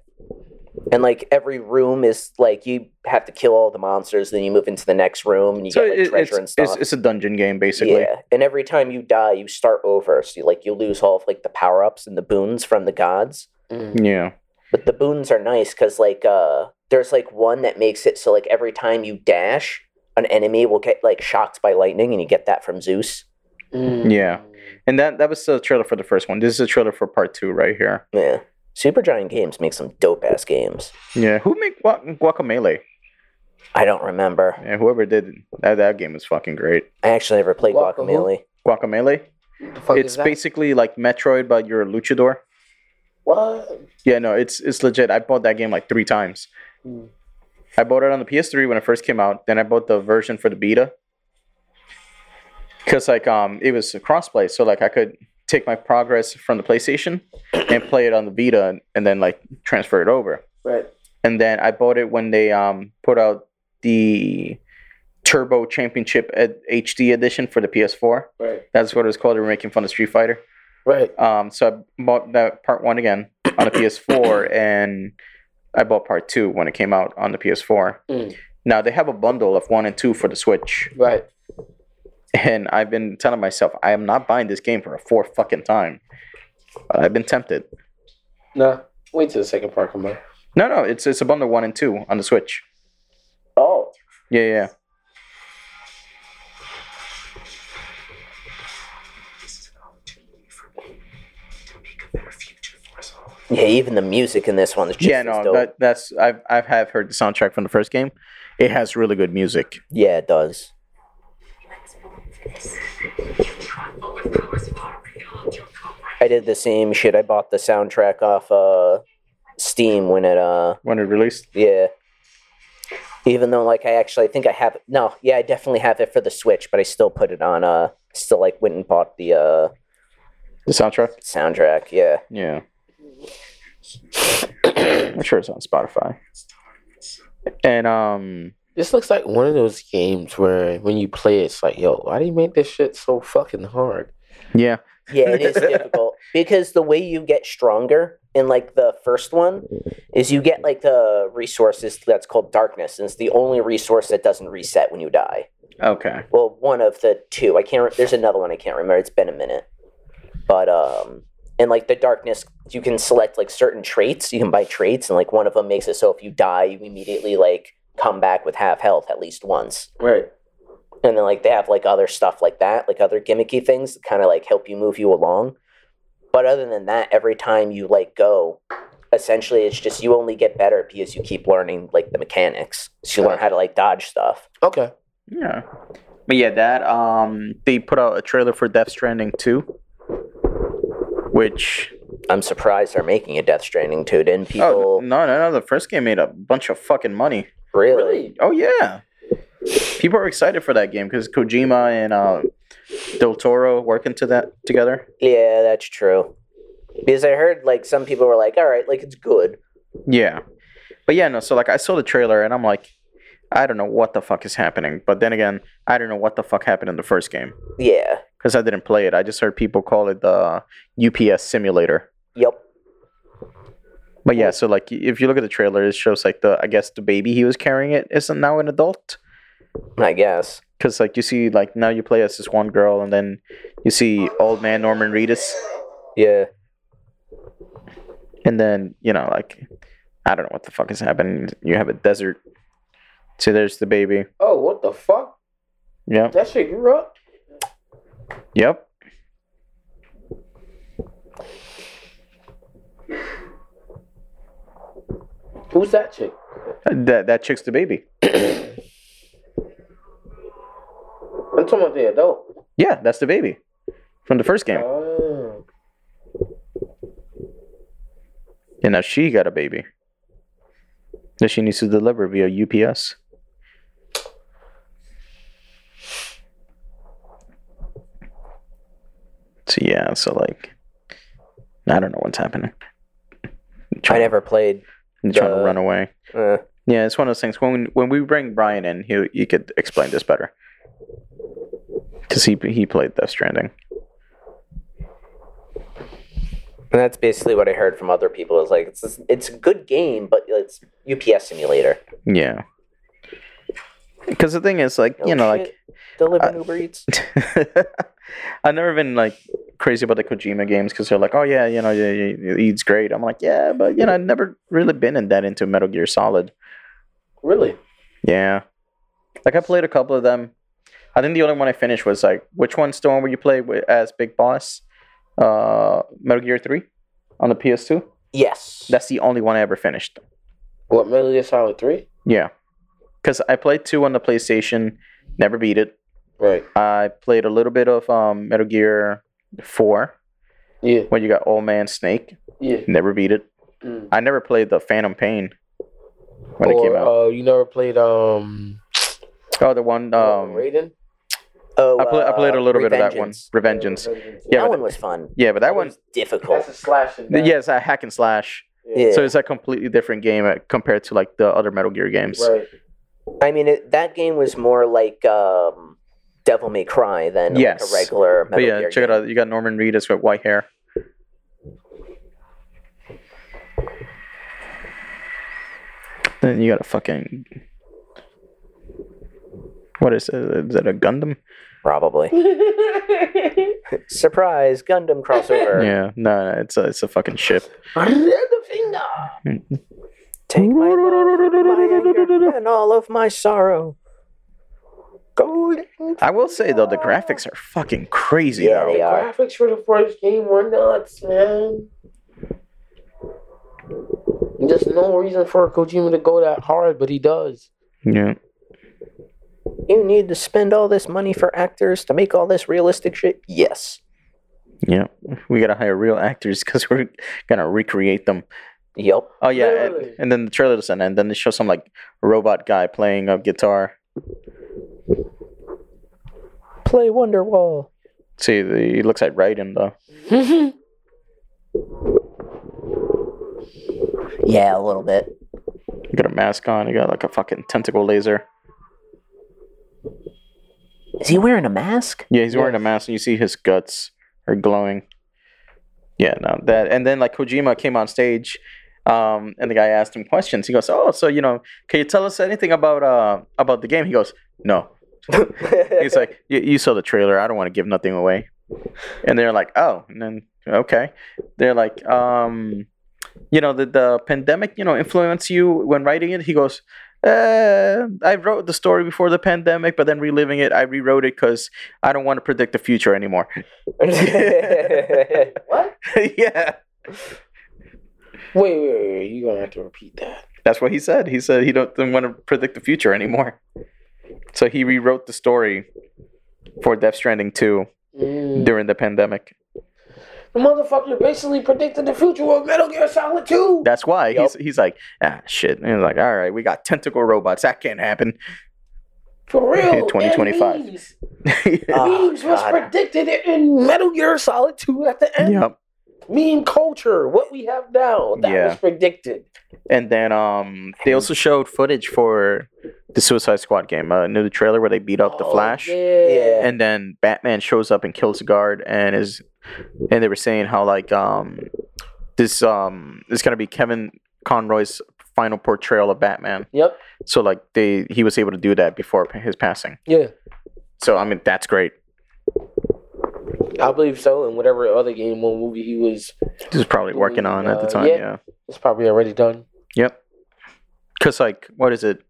And like every room is like you have to kill all the monsters, then you move into the next room and you
So
get like
it-
treasure
it's,
and stuff.
it's it's a dungeon game basically.
Yeah. And every time you die, you start over. So you, like you lose all of like the power ups and the boons from the gods.
Mm.
Yeah.
But the boons are nice because like uh there's like one that makes it so like every time you dash, an enemy will get like shocked by lightning and you get that from Zeus.
Yeah. And that that was the trailer for the first one. This is a trailer for part two right here.
Yeah. Supergiant Games makes some dope ass games.
Yeah. Who made Guac- Guacamele?
I don't remember.
Yeah, whoever did that, that game was fucking great.
I actually never played
Guaca who?
Guacamole.
Guacamele.
The fuck
it's
Oh, is that?
basically like Metroid, but you're a luchador.
What?
Yeah, no, it's it's legit. I bought that game like three times.
Mm.
I bought it on the PS3 when it first came out. Then I bought the version for the beta because like um it was a crossplay, so like I could take my progress from the PlayStation and play it on the Vita, and, and then like transfer it over.
Right.
And then I bought it when they um put out the Turbo Championship Ed- HD edition for the PS4.
Right.
That's what it was called. They were making fun of Street Fighter.
Right.
Um, so I bought that part one again on
[COUGHS]
the PS4, and I bought part two when it came out on the PS4.
Mm.
Now they have a bundle of one and two for the Switch,
Right.
and I've been telling myself I am not buying this game for a fourth fucking time. Uh, I've been tempted.
No. Wait till the second part comes out.
No, no, it's it's a bundle one and two on the Switch.
Oh.
Yeah, yeah.
Yeah, even the music in this one is just
yeah,
as
no,
dope.
that, that's I've I've have heard the soundtrack from the first game. It has really good music.
yeah, it does. I did the same shit. I bought the soundtrack off uh, Steam when it uh
When it released,
yeah. Even though like I actually I think I have no yeah I definitely have it for the Switch, but I still put it on uh still like went and bought the uh
the soundtrack.
soundtrack yeah
Yeah. I'm sure it's on Spotify. And um
This looks like one of those games where when you play it, it's like, yo, why do you make this shit so fucking hard?
yeah.
Yeah, it is difficult because the way you get stronger in like the first one is you get like the resources that's called darkness, and it's the only resource that doesn't reset when you die.
Okay.
Well, one of the two. I can't. Re- There's another one I can't remember. It's been a minute, but um, and like the darkness, you can select like certain traits. You can buy traits, and like one of them makes it so if you die, you immediately like come back with half health at least once
Right.
and then like they have like other stuff like that like other gimmicky things that kind of like help you move you along but other than that every time you like go essentially it's just you only get better because you keep learning like the mechanics so you learn how to like dodge stuff
Okay.
Yeah. But yeah, that um they put out a trailer for Death Stranding 2. Which
i'm surprised they're making a death stranding too didn't people
Oh no no no the first game made a bunch of fucking money.
really,
Oh yeah. People are excited for that game because Kojima and uh Del Toro working to that together.
yeah that's true because i heard like some people were like all right like it's good
Yeah. But yeah, no, so like I saw the trailer and I'm like, I don't know what the fuck is happening. But then again, I don't know what the fuck happened in the first game
yeah
because I didn't play it. I just heard people call it the UPS simulator.
yep
But yeah, so like if you look at the trailer, it shows like the, I guess the baby he was carrying it is now an adult.
i guess
Because like you see, like now you play as this one girl and then you see old man Norman Reedus.
yeah
And then, you know, like, I don't know what the fuck is happening. You have a desert. So there's the baby.
Oh, what the fuck?
Yep.
That shit grew up?
Yep.
Who's that chick?
That, that chick's the baby.
I'm talking about the adult.
Yeah, that's the baby from the first game.
Oh.
And now she got a baby that she needs to deliver via UPS. So yeah, so like, I don't know what's happening.
I
Trying,
never played.
trying to
the-
run away.
Uh,
Yeah, it's one of those things. When when we bring Brian in, he he could explain this better because he he played Death Stranding.
and that's basically what I heard from other people. Is like it's it's a good game, but it's UPS simulator.
Yeah. Because the thing is, like, uh,
Oh,
you know,
shit. delivering Uber Eats.
like, [LAUGHS] I've never been like crazy about the Kojima games because they're like, oh yeah, you know, yeah, yeah, yeah, he's great. I'm like, yeah, but you know, I've never really been in that into Metal Gear Solid.
Really?
Yeah, like I played a couple of them. I think the only one I finished was like, which one's the one where you play with, as Big Boss? Uh, Metal Gear Three on the PS2.
Yes.
That's the only one I ever finished.
What Metal Gear Solid Three?
Yeah. Because I played 2 on the PlayStation, never beat it.
Right.
I played a little bit of um, Metal Gear 4
Yeah.
when you got Old Man Snake,
Yeah.
never beat it.
Mm.
I never played the Phantom Pain when it
or,
came out.
Uh, you never played um,
oh, the one. Um,
Raiden.
Oh,
I, play, I played a
uh,
little bit of that one, Revengeance.
Revengeance.
Yeah.
Yeah,
that
but-
one was fun.
Yeah, but that one,
was difficult.
a slash. and
yeah, it's a hack and slash.
Yeah.
So it's a completely different game uh, compared to like the other Metal Gear games.
Right.
I mean, it, that game was more like um, Devil May Cry than like,
Yes.
a regular Metal
But yeah,
Gear
check it
game.
out. You got Norman Reedus with white hair. Then you got a fucking. What is it? Is that a Gundam?
[LAUGHS] Probably. Surprise, Gundam crossover.
Yeah, no, no, it's a it's a fucking ship.
Take my, love, my anger, and all of my sorrow. Golden.
I will say though, the graphics are fucking crazy.
Yeah,
though.
they are.
Graphics for the first game were nuts, man. There's no reason for Kojima to go that hard, but he does.
Yeah,
You need to spend all this money for actors to make all this realistic shit. Yes.
yeah. We gotta hire real actors because [LAUGHS] we're gonna recreate them.
Yep.
Oh yeah, and-
Literally.
and then the trailer doesn't end. Then they show some like robot guy playing a guitar.
Play Wonderwall.
See, the- he looks like Raiden though.
Yeah, a little bit.
You got a mask on. You got like a fucking tentacle laser.
Is he wearing a mask? [LAUGHS]
Yeah, he's wearing a mask, and you see his guts are glowing. Yeah, no, that. And then like Kojima came on stage, um, and the guy asked him questions. He goes, "Oh, so you know, can you tell us anything about uh about the game?" He goes, "No." He's like, "You- "You saw the trailer. I don't want to give nothing away." And they're like, "Oh," and then okay, they're like, um, you know, did the pandemic, you know, influence you when writing it? He goes, uh, I wrote the story before the pandemic, but then reliving it, I rewrote it because I don't want to predict the future anymore. [LAUGHS]
what?
yeah.
[LAUGHS] Wait, wait, wait, wait. You're going to have to repeat that.
That's what he said. He said he don't, doesn't want to predict the future anymore. So he rewrote the story for Death Stranding 2
Mm.
during the pandemic.
The motherfucker basically predicted the future of Metal Gear Solid 2.
That's why he's, he's like, ah, shit. And he's like, all right, we got tentacle robots. That can't happen. [LAUGHS]
For real.
Yeah, 2025.
And Memes, Ah,
Oh,
memes was
God.
predicted in Metal Gear Solid 2 at the end.
yep.
Meme culture, what we have now, that
Yeah.
was predicted.
And then um, they also showed footage for the Suicide Squad game. Uh, new trailer where they beat up the
Oh,
Flash.
Yeah.
Yeah.
and then Batman shows up and kills the guard and is and they were saying how like um this um is gonna be Kevin Conroy's final portrayal of Batman.
Yep.
So like they he was able to do that before p- his passing.
Yeah.
So I mean that's great.
I believe so. And whatever other game or movie he was,
This is probably working on at the
Uh,
time.
yeah.
Yeah.
it's probably already done.
Yep. Cause like what is it?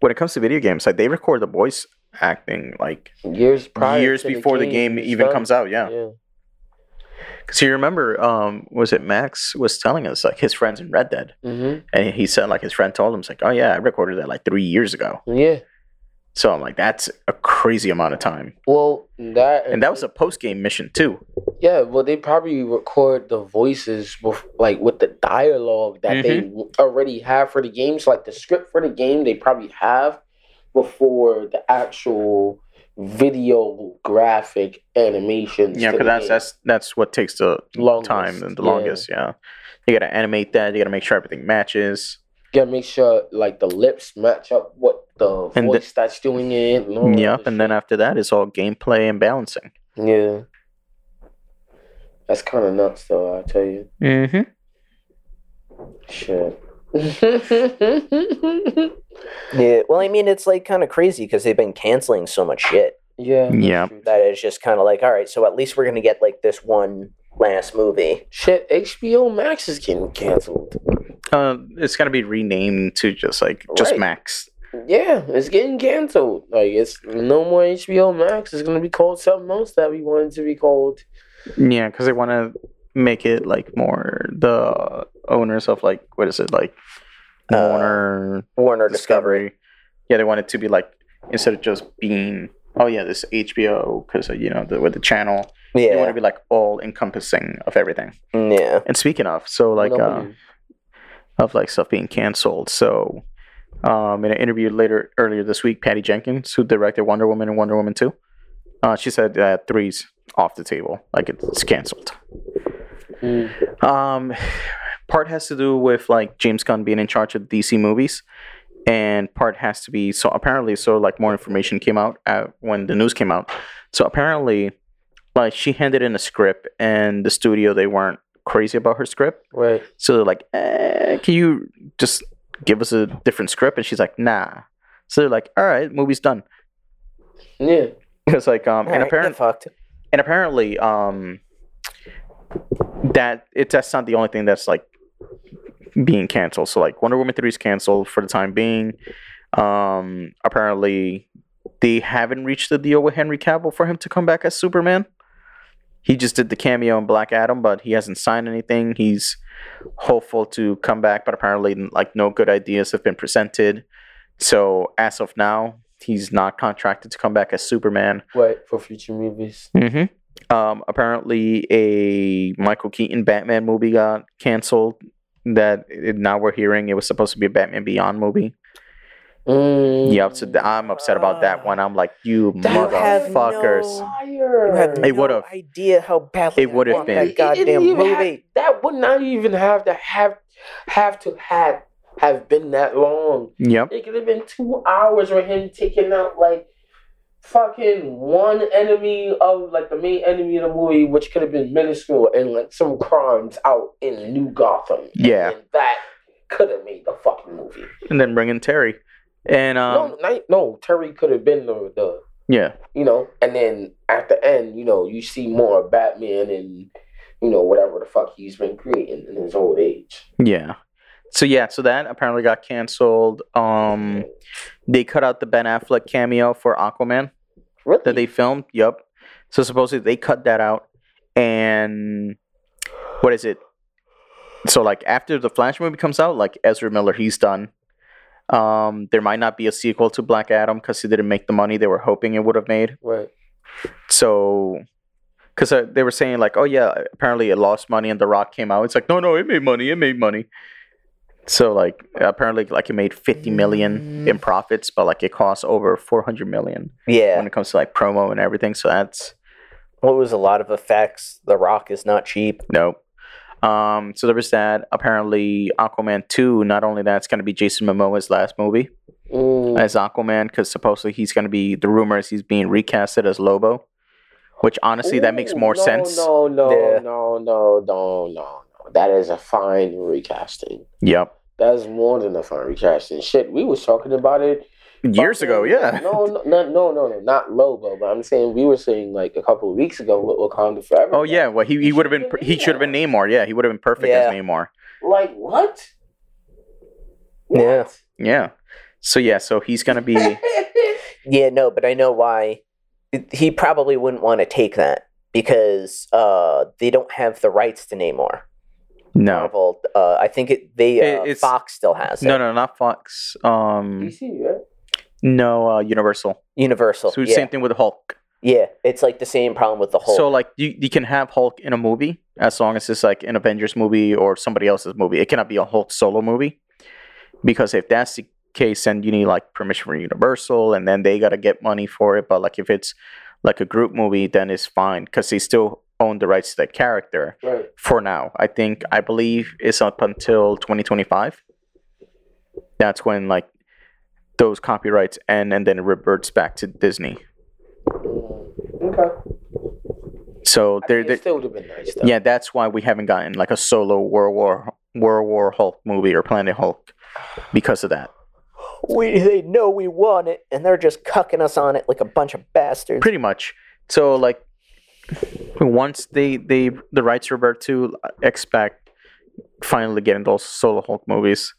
When it comes to video games, like they record the voice acting like
Years prior.
years
to
before the game,
was
even
done.
comes out. Yeah.
Yeah.
Cause you remember, um, was it Max was telling us like his friends in Red Dead.
Mm-hmm.
And he said, like, his friend told him, it's like, oh, yeah, I recorded that like three years ago.
Yeah.
So I'm like, that's a crazy amount of time.
Well, that
And that was a post game mission too.
yeah. Well, they probably record the voices bef- like with the dialogue that they
Mm-hmm.
w- already have for the games, like the script for the game. They probably have before the actual video graphic animations.
Yeah,
to the
because that's
game.
that's that's what takes the
Longest,
time and the
yeah.
longest. Yeah, you gotta animate that. You gotta make sure everything matches.
gotta make sure like the lips match up what the
And the-
voice that's doing it. And all that
yep,
other
and then
Oh, shit.
after that, it's all gameplay and balancing.
yeah, that's kind of nuts, though. I tell you.
Mm-hmm.
Shit. [LAUGHS]
Yeah. Well, I mean, it's like kind of crazy because they've been canceling so much shit
yeah.
Yeah.
that it's just kind of like, all right, so at least we're gonna get like this one last movie.
Shit, HBO Max is getting canceled.
Uh, it's gonna be renamed to just like just
Right.
Max.
Yeah, it's getting canceled. Like it's no more HBO Max. It's gonna be called something else that we wanted to be called.
Yeah, because they want to make it like more the owners of like what is it like
Uh,
Warner
Warner Discovery.
Discovery. Yeah, they want it to be like instead of just being oh yeah this HBO because you know the, with the channel they want to
Yeah.
be like all encompassing of everything.
Yeah.
And speaking of, so like uh,
Nobody-
of like stuff being canceled. So, um, in an interview later earlier this week, Patty Jenkins, who directed Wonder Woman and Wonder Woman Two, uh, she said that three's off the table, like it's canceled.
Mm.
Um, part has to do with like James Gunn being in charge of DC movies, and part has to be so apparently so like more information came out uh when the news came out. So apparently, like she handed in a script, and the studio they weren't crazy about her script.
Right.
So they're like, eh, can you just give us a different script? And she's like, nah. So they're like, all right, movie's done. [LAUGHS]
Yeah.
It's like, um, and
Alright, get
apparently,
fucked.
and apparently, um, that it that's not the only thing that's like being canceled. So like, Wonder Woman three is canceled for the time being. Um, apparently, they haven't reached a deal with Henry Cavill for him to come back as Superman. He just did the cameo in Black Adam, but he hasn't signed anything. He's hopeful to come back, but apparently, like no good ideas have been presented. So as of now, he's not contracted to come back as Superman.
Right. For future movies.
Mm-hmm. Um, apparently, a Michael Keaton Batman movie got canceled. That it, now we're hearing it was supposed to be a Batman Beyond movie.
Mm.
Yep. So th- I'm upset about that one. I'm like, you
That
You have
motherfuckers.
no-
Fire.
You have
It
no
would've.
idea how badly
It
I
would've
want
been.
that
It- it didn't
goddamn
even have-
movie.
that would not even have to have have to have have been that long.
Yep.
It could have been two hours with him taking out like fucking one enemy of like the main enemy of the movie, which could have been minuscule and like some crimes out in New Gotham.
Yeah.
And that could have made the fucking movie.
And then bring in Terry. And um,
no, not, no, Terry could have been the, the
yeah,
you know, and then at the end, you know, you see more of Batman and you know whatever the fuck he's been creating in his old age.
yeah. So yeah, so that apparently got canceled. Um, they cut out the Ben Affleck cameo for Aquaman.
Really?
that they filmed. Yep. So supposedly they cut that out, and what is it? So like after the Flash movie comes out, like Ezra Miller, he's done. Um, there might not be a sequel to Black Adam because he didn't make the money they were hoping it would have made.
right.
So, because uh, they were saying like, oh yeah, apparently it lost money and The Rock came out. It's like no, no, it made money, it made money. So like apparently like it made fifty million in profits, but like it cost over four hundred million when
Yeah.
it comes to like promo and everything. So that's
What was a lot of effects? The Rock is not cheap.
nope. Um, so there was that. Apparently, Aquaman two. Not only that, it's gonna be Jason Momoa's last movie
Mm,
as Aquaman because supposedly he's gonna be. The rumor is he's being recasted as Lobo, which honestly that makes
Ooh,
more
no,
sense.
No, no,
Yeah.
no, no, no, no, no. That is a fine recasting.
Yep.
That is more than a fine recasting. Shit, we was talking about it
Years ago,
fucking-
yeah.
No, no, no, no, no, no, not Lobo, but I'm saying we were saying like a couple of weeks ago with Wakanda Forever.
Oh yeah. Well, he, he would have been
should've been
he should have been Namor. Yeah, he would have been perfect as
Yeah.
Namor.
Like what? [LAUGHS]
Yeah.
What?
Yeah. So yeah. So he's gonna be.
Yeah, no, but I know why. It- He probably wouldn't want to take that because uh, they don't have the rights to Namor.
No.
Marvel, uh, I think it, they
It-
uh,
it's-
Fox still has it.
No, no, not Fox. Um,
DC, right?
No, uh, Universal.
Universal.
So
yeah.
same thing with Hulk.
yeah, it's like the same problem with the whole.
So like you, you can have Hulk in a movie as long as it's like an Avengers movie or somebody else's movie. It cannot be a Hulk solo movie because if that's the case, then you need like permission from Universal, and then they gotta get money for it. But like if it's like a group movie, then it's fine because they still own the rights to that character
Right.
for now. I think I believe it's up until 2025. That's when like those copyrights end, and then it reverts back to Disney.
Mm-hmm. Okay.
So
I
they're,
mean,
they
it still would have been nice though.
Yeah, that's why we haven't gotten like a solo World War World War Hulk movie or Planet Hulk because of that.
we they know we won it, and they're just cucking us on it like a bunch of bastards.
Pretty much. So like once they they the rights revert to I expect finally getting those solo Hulk movies.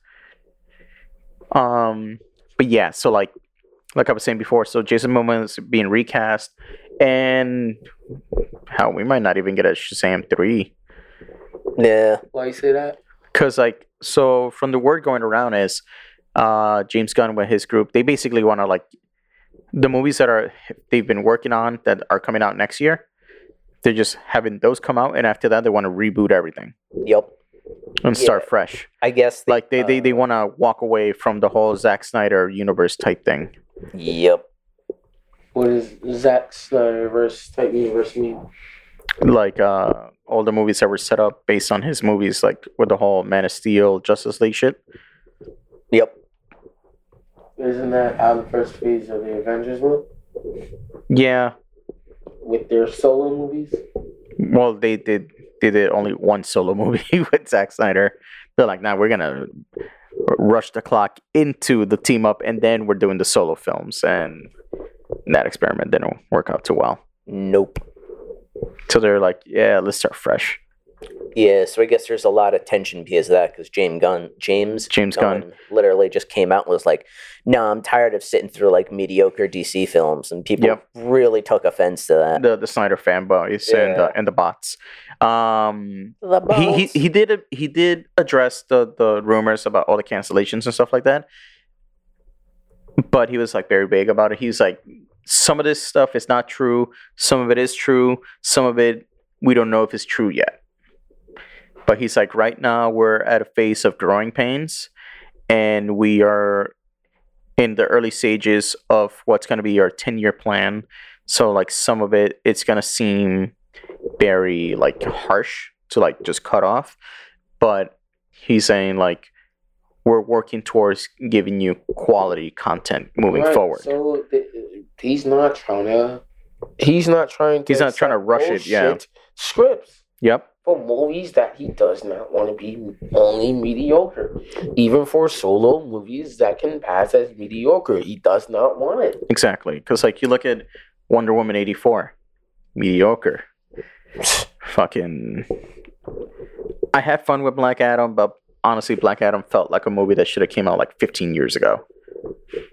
Um but yeah, so like like I was saying before, so Jason Momoa is being recast and how we might not even get a Shazam 3
yeah,
Why you say that?
because like so from the word going around is uh james gunn with his group they basically want to like the movies that are they've been working on that are coming out next year they're just having those come out and after that they want to reboot everything
yep.
and
Yeah.
start fresh
I guess they,
like they they, they want to walk away from the whole Zack snyder universe type thing
uh, Yep.
What does Zack Snyder versus type universe mean?
like uh all the movies that were set up based on his movies like with the whole man of steel justice league shit
Yep.
Isn't that how the first phase of the Avengers one
yeah
with their solo movies?
Well, they did they did only one solo movie [LAUGHS] with Zack Snyder. They're like, nah, we're gonna rush the clock into the team up, and then we're doing the solo films. And that experiment didn't work out too well.
Nope.
So they're like, yeah, let's start fresh.
Yeah, so I guess there's a lot of tension because of that because James Gunn, James
James Gunn.
literally just came out and was like, "No, I'm tired of sitting through like mediocre DC films," and people
Yep.
really took offense to that.
The the Snyder fanboys and uh, and the bots. Um, he, he he did a, he did address the the rumors about all the cancellations and stuff like that but he was like very vague about it he's like some of this stuff is not true some of it is true some of it we don't know if it's true yet but he's like right now we're at a phase of growing pains and we are in the early stages of what's going to be our 10 year plan so like some of it it's going to seem very like harsh to like just cut off but he's saying like we're working towards giving you quality content moving
Right,
forward
So th- he's not trying to. He's not trying to.
He's not trying to
accept
rush it, yeah.
bullshit Scripts
yep
for movies that he does not want to be only mediocre. Even for solo movies that can pass as mediocre, he does not want it.
exactly because like you look at wonder woman 84 mediocre fucking i had fun with black adam but honestly black adam felt like a movie that should have came out like 15 years ago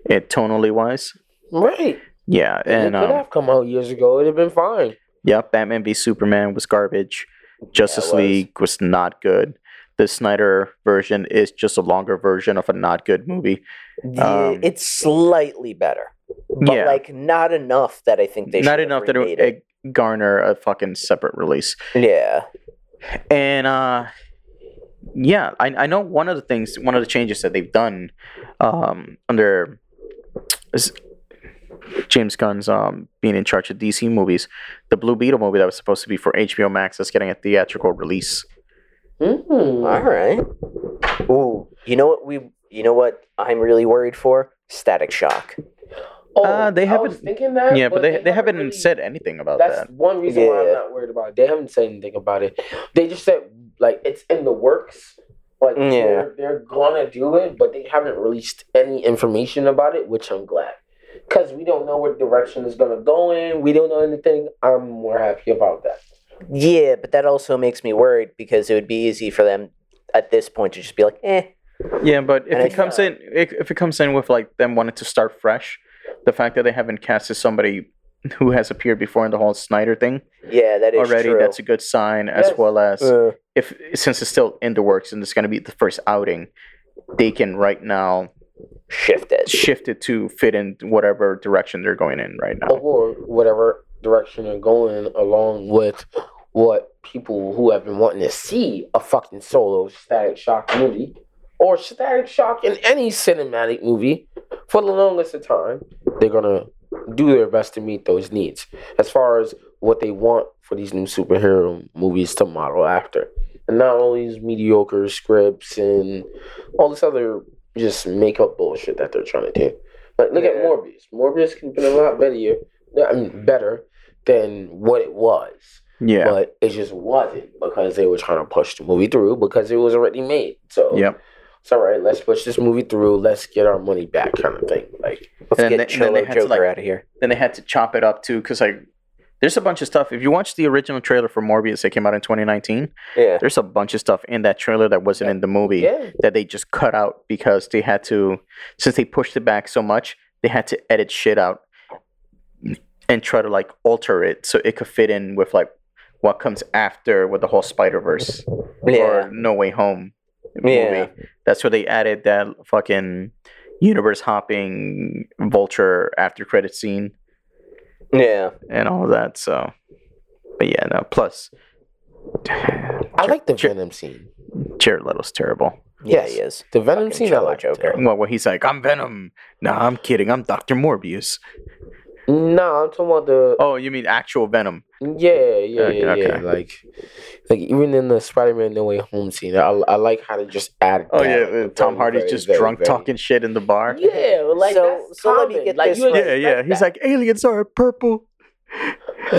it tonally wise
Right.
yeah and
it could
um,
have come out years ago. It'd have been fine.
Yep, Batman v Superman was garbage. Justice
was.
League was not good. The Snyder version is just a longer version of a not good movie.
Yeah,
um,
it's slightly better, but
yeah,
like not enough that I think they
not
should
enough
have
that it would
remade it.
eh, garner a fucking separate release.
Yeah,
And uh, yeah, I, I know one of the things, one of the changes that they've done um, under is James Gunn's um, being in charge of DC movies, the Blue Beetle movie that was supposed to be for HBO Max is getting a theatrical release.
all
Mm.
right. Ooh, you know what we? You know what I'm really worried for? Static Shock.
Oh,
Uh, they
I
haven't-
was thinking that.
Yeah, but they, they haven't
really-
said anything about
That's
that.
one reason why
Yeah.
I'm not worried about it. They haven't said anything about it. They just said like it's in the works. Like
Yeah.
they're, they're gonna do it, but they haven't released any information about it, which I'm glad. Cause we don't know what direction it's gonna go in. We don't know anything. I'm more happy about that.
Yeah, but that also makes me worried because it would be easy for them at this point to just be like, eh.
Yeah, but if
And
it
I-
comes in, if, if it comes in with like them wanting to start fresh, the fact that they haven't casted somebody who has appeared before in the whole Snyder thing
Yeah, that is
already,
true.
that's a good sign. As
Yes.
well as
Uh,
if since it's still in the works and it's going to be the first outing, they can right now
shifted.
shifted to fit in whatever direction they're going in right now.
or whatever direction they're going, along with what people who have been wanting to see a fucking solo Static Shock movie or Static Shock in any cinematic movie for the longest of time, they're gonna do their best to meet those needs as far as what they want for these new superhero movies to model after. And not all these mediocre scripts and all this other just make up bullshit that they're trying to do. Like, look at
Yeah.
Morbius. Morbius could have been a lot better. year- I mean, better than what it was,
Yeah.
but it just wasn't because they were trying to push the movie through because it was already made. So
Yep.
it's all right. Let's push this movie through. Let's get our money back, kind of thing. Like
Let's
And then
get
they- and then they
Cholo
had to,
Joker
like-
out of here.
Then they had to chop it up too, because like, there's a bunch of stuff. If you watch the original trailer for Morbius that came out in 2019,
Yeah.
there's a bunch of stuff in that trailer that wasn't in the movie
yeah,
that they just cut out because they had to, since they pushed it back so much, they had to edit shit out and try to like alter it so it could fit in with like what comes after with the whole Spider Verse.
Yeah.
or No Way Home
Yeah.
movie. That's where they added that fucking universe hopping vulture after credit scene
Yeah.
and all that. So, but yeah, no. Plus,
I like the
Sure.
Venom scene.
Jared Leto's terrible.
Yeah,
Yes.
he is.
The Venom
Fucking
scene, I
Cholo
like.
Joker.
Well, well, he's like, I'm Venom. Nah, I'm kidding. I'm Doctor Morbius.
Nah, I'm talking about the
Oh, you mean actual Venom?
Yeah, yeah,
Okay,
yeah, yeah.
okay.
Like, like even in the Spider-Man No Way Home scene, I, I like how they just added.
Oh
that,
yeah,
like,
uh, Tom
very,
Hardy's
very,
just
very,
drunk
very-
talking shit in the bar. Yeah,
Yeah, well, like
So-
that's
so let me
common.
get
like,
this
you
[LAUGHS] yeah.
[LAUGHS]
He's like, aliens are purple. They're-
[LAUGHS]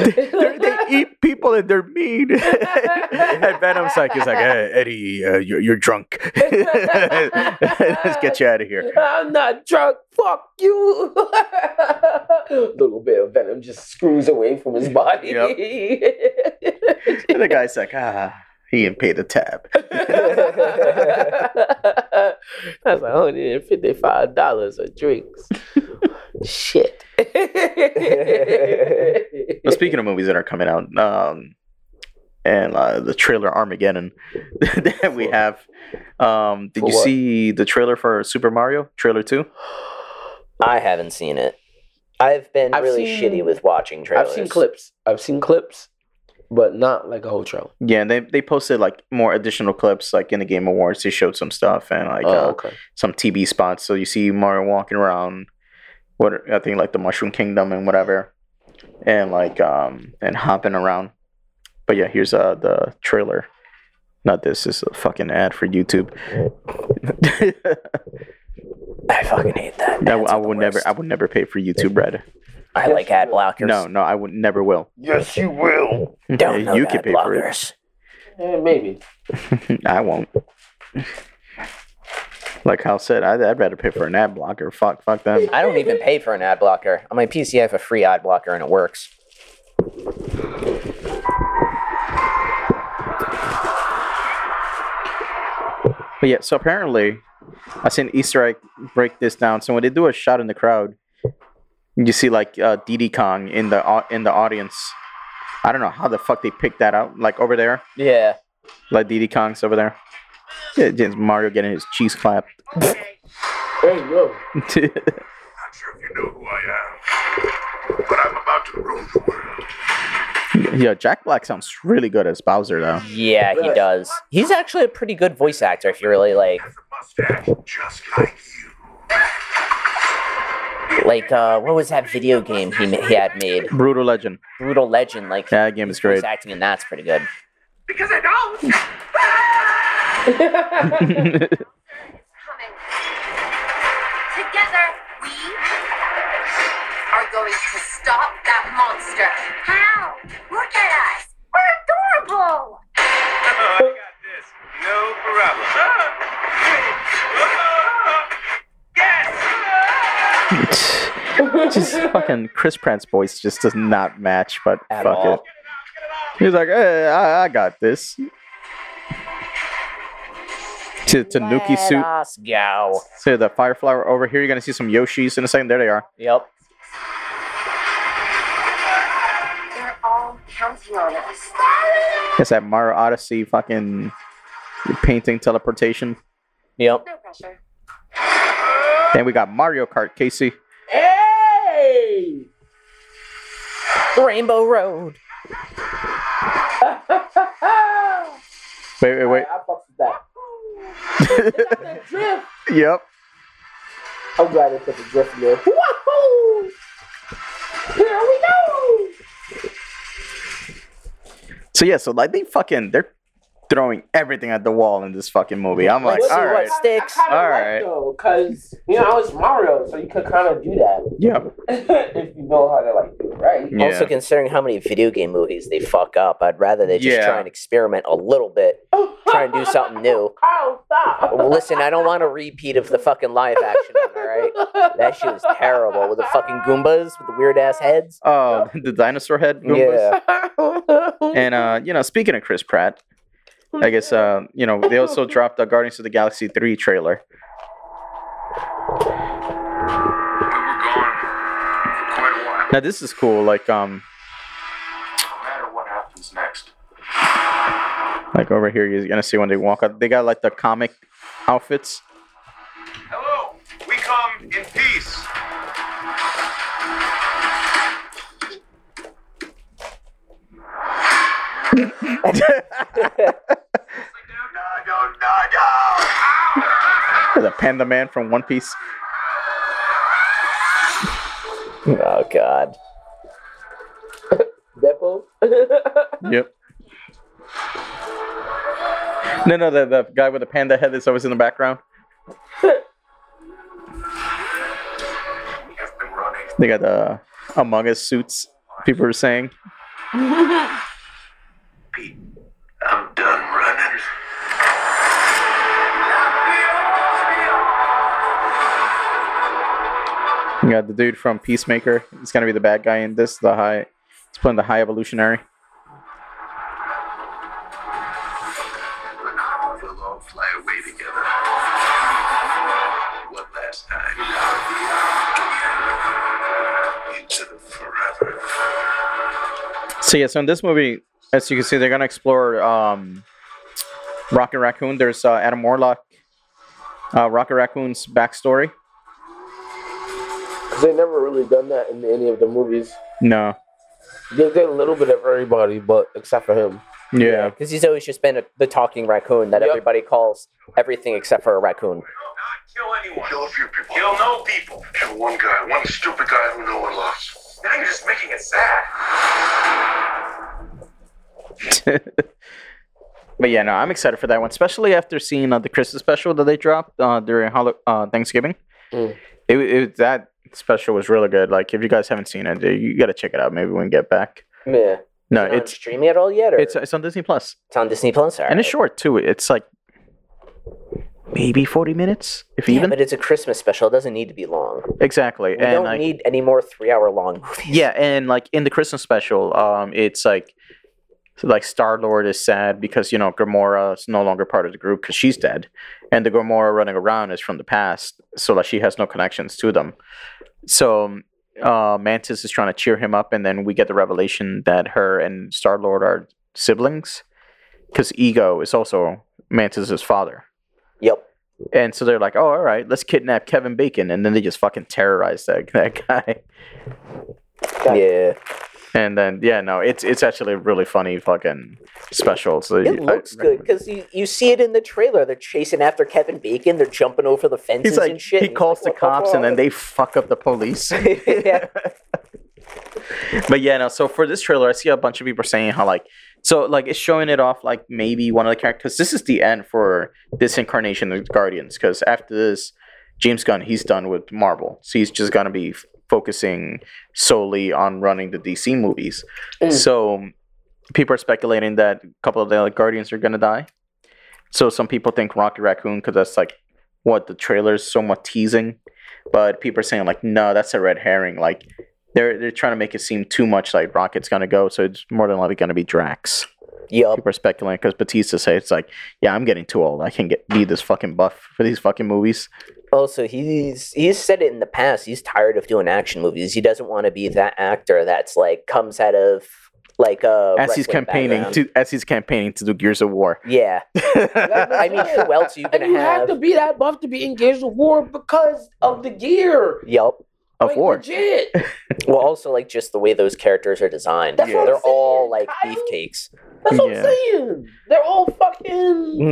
they eat people and they're mean. [LAUGHS] and Venom's like, he's like, hey, Eddie, uh, you're, you're drunk. [LAUGHS] Let's get you out of here.
I'm not drunk. Fuck you. [LAUGHS] Little bit of venom just screws away from his body.
And the guy's like, ah, he didn't pay the tab.
[LAUGHS] That's one hundred and fifty-five dollars of
[LAUGHS]
drinks. [LAUGHS] Shit.
But speaking of movies that are coming out, um, and uh, the trailer Armageddon [LAUGHS] that we have, um, did
For
you
what?
see the trailer for Super Mario trailer two?
I haven't seen it. I've been
I've
really
seen-
shitty with watching trailers.
I've seen clips. I've seen clips, but not like a whole trailer.
Yeah, and they they posted like more additional clips like in the Game Awards. They showed some stuff and like uh,
Oh.
okay.
some TV spots. So you see Mario walking around, what I think like the Mushroom Kingdom and whatever, and like um and hopping around. But yeah, here's uh the trailer. Not this this is a fucking ad for YouTube. [LAUGHS]
I fucking hate that.
I,
Ads
I
are the
will never
worst.
I will never pay for YouTube Red.
I like ad blockers.
No, no, I would never will.
Yes, you
[LAUGHS]
will.
[LAUGHS] Don't know
you
ad
can pay for it.
blockers.
Yeah, Eh, maybe.
[LAUGHS] I won't. Like Hal said, I'd, I'd rather pay for an ad blocker. Fuck, fuck them.
I don't even pay for an ad blocker. On my PC, I have a free ad blocker and it works.
But yeah, so apparently, I seen Easter egg break this down. So when they do a shot in the crowd, you see like uh, Diddy Kong in the au- in the audience. I don't know how the fuck they picked that out. Like over there,
Yeah.
like Diddy Kong's over there. Yeah, just Mario getting his cheese clapped.
There you go.
Not sure if you know who I am, but I'm about to rule the world.
yeah, Jack Black sounds really good as Bowser though.
Yeah, he does. He's actually a pretty good voice actor if you really like
Mustache, just like you.
like uh what was that video game he ma- he had made?
Brutal Legend.
Brutal Legend like
Yeah, that game is
his voice
great.
acting and that's pretty good.
Because I don't.
coming. Together, we are going to stop that monster. How? Look at us. We're adorable.
I got this. No problem. yes!
[LAUGHS] just fucking Chris Pratt's voice just does not match. But
At
fuck
all.
it. He's like, hey, I, I got this. To Tanuki
Let
suit.
us go.
So the fireflower over here, you're gonna see some Yoshis in a second. There they are.
Yep.
They're all counting on us.
It's that Mario Odyssey fucking painting teleportation.
Yep.
No pressure.
And we got Mario Kart, Casey.
Hey!
Rainbow Road.
Wait, wait, wait.
I fucked with that. The drift.
[LAUGHS] Yep.
I'm glad they put the drift in there. Wahoo! Here we go!
So yeah, so like they fucking they're throwing everything at the wall in this fucking movie. I'm like,
Let's see
all
what
right,
sticks.
I kind of
All
like
right.
though, cause you know it's Mario, so you could kind of do that [LAUGHS]
yeah,
if you know how to like do it right.
yeah.
Also, considering how many video game movies they fuck up, I'd rather they just
Yeah.
try and experiment a little bit, try and do something new.
Kyle, stop! [LAUGHS]
Listen, I don't want a repeat of the fucking live action one, all right? That shit was terrible with the fucking Goombas with the weird ass heads.
Oh, [LAUGHS] the dinosaur head. Goombas.
Yeah.
And uh, you know, speaking of Chris Pratt, I guess uh, you know they also dropped the Guardians of the Galaxy three trailer.
We were gone for quite a while.
Now this is cool. Like um,
No matter what happens next,
like over here you're gonna see when they walk out. They got like the comic outfits.
Hello, we come in peace. No, no, no, no!
the Panda Man from One Piece.
Oh, God.
Beppo.
Yep. No, no, the, the guy with the panda head that's always in the background.
We have been running.
They got the Among Us suits. People were saying.
Pete, I'm done running.
You got the dude from Peacemaker. He's gonna be the bad guy in this. The high. He's playing the high evolutionary.
We'll all fly away together. One last time. Into the forever.
So yeah, so in this movie, as you can see, they're gonna explore um, Rocket Raccoon. There's uh, Adam Warlock, uh, Rocket Raccoon's backstory.
[LAUGHS] Cause they never really done that in any of the movies.
No,
They did a little bit of everybody, but except for him.
yeah,
Because he's always just been a, the talking raccoon that
Yep.
everybody calls everything except for a raccoon.
Not kill anyone. Kill a few people. Kill no people. Kill one guy, one stupid guy who no one loves. Now you're just making it sad.
but yeah, no, I'm excited for that one, especially after seeing uh, the Christmas special that they dropped uh, during Hol- uh, Thanksgiving.
Mm.
It, it that special was really good. Like if you guys haven't seen it, you gotta check it out. Maybe when we get back.
Yeah.
No,
Is it on
it's
streaming at all yet? Or
it's it's on Disney Plus,
it's on Disney Plus.
and it's short too. It's like maybe 40 minutes, if
Yeah,
even.
but it's a Christmas special. It doesn't need to be long.
Exactly,
We
and
don't
like,
need any more three-hour-long movies.
Yeah, and like in the Christmas special, um, it's like like Star Lord is sad because you know Gamora is no longer part of the group because she's dead, and the Gamora running around is from the past, so like she has no connections to them. So uh, Mantis is trying to cheer him up, and then we get the revelation that her and Star Lord are siblings because Ego is also Mantis's father.
Yep.
And so they're like, oh, all right, let's kidnap Kevin Bacon. And then they just fucking terrorize that, [LAUGHS] that guy.
Yeah.
And then yeah, no, it's it's actually a really funny fucking special. So
It
I
looks
recommend
good
it.
because you, you see it in the trailer. They're chasing after Kevin Bacon. They're jumping over the fences
He's like
and shit.
he calls the cops and then they fuck up the police. [LAUGHS]
they. [LAUGHS] yeah.
but yeah, no. So for this trailer, I see a bunch of people saying how like so like it's showing it off like maybe one of the characters. This is the end for this incarnation of Guardians because after this, James Gunn he's done with Marvel, so he's just gonna be f- focusing solely on running the DC movies.
Mm.
So people are speculating that a couple of the like, Guardians are gonna die. So some people think Rocky Raccoon because that's like what the trailer's somewhat teasing, but people are saying like no, that's a red herring. Like they're they're trying to make it seem too much like Rocket's gonna go, so it's more than likely gonna be Drax.
Yup.
People are speculating because Batista says it's like, yeah, I'm getting too old. I can get be this fucking buff for these fucking movies.
Also, he's he's said it in the past. He's tired of doing action movies. He doesn't want to be that actor that's like comes out of like uh,
as he's
right-wing
campaigning
background.
to as he's campaigning to do Gears of
[LAUGHS]
War.
yeah.
[LAUGHS]
I mean,
[LAUGHS]
who else are you
and
gonna
you
have?
have to be that buff to be in Gears of War because of the gear.
Yep.
of
Like,
War.
[LAUGHS]
Legit.
Well, also like just the way those characters are designed.
That's
what I'm
They're all
saying,
like
Kyle.
beefcakes,
That's what
Yeah.
I'm saying. They're all
Mm,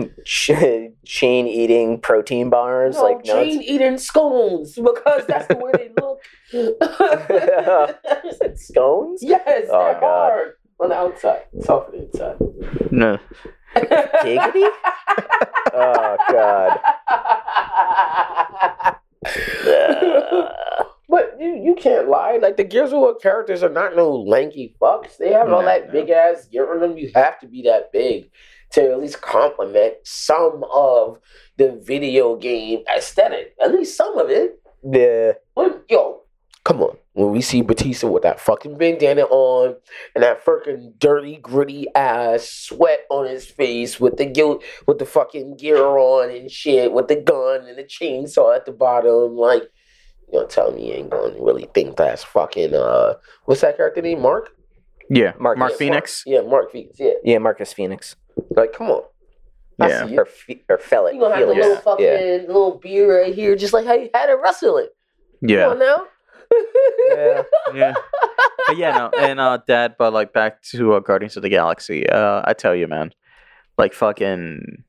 fucking
Ch- chain eating protein bars,
no,
like nuts.
chain eating scones because that's the way they
[LAUGHS]
look. [LAUGHS] yes,
Scones?
they're
Oh, God.
hard on the outside, soft on the inside.
No.
Giggity? oh
[LAUGHS]
god.
but you, you can't lie. Like the Gears of War characters are not no lanky fucks. They have all
No,
that
no.
big ass gear on them. You have to be that big to at least complement some of the video game aesthetic. At least some of it.
Yeah.
When, yo, come on. When we see Batista with that fucking bandana on and that fucking dirty, gritty ass sweat on his face with the guilt, with the fucking gear on and shit, with the gun and the chainsaw at the bottom, like, you know, tell me you ain't gonna really think that's fucking, uh, what's that character name? Mark?
Yeah.
Mark-
Mark,
Yeah,
Phoenix.
Mark. Yeah, Mark Phoenix, yeah.
Yeah, Marcus Phoenix.
Like, come on. I
Yeah.
see you.
Or fe- or Felix.
You gonna have the
Felix.
little fucking
yeah.
little beard right here, just like how you had it wrestling.
Yeah.
Come on now.
Yeah.
[LAUGHS]
[LAUGHS] yeah. But yeah, no, and uh, that, but like back to uh, Guardians of the Galaxy. Uh, I tell you, man, like fucking,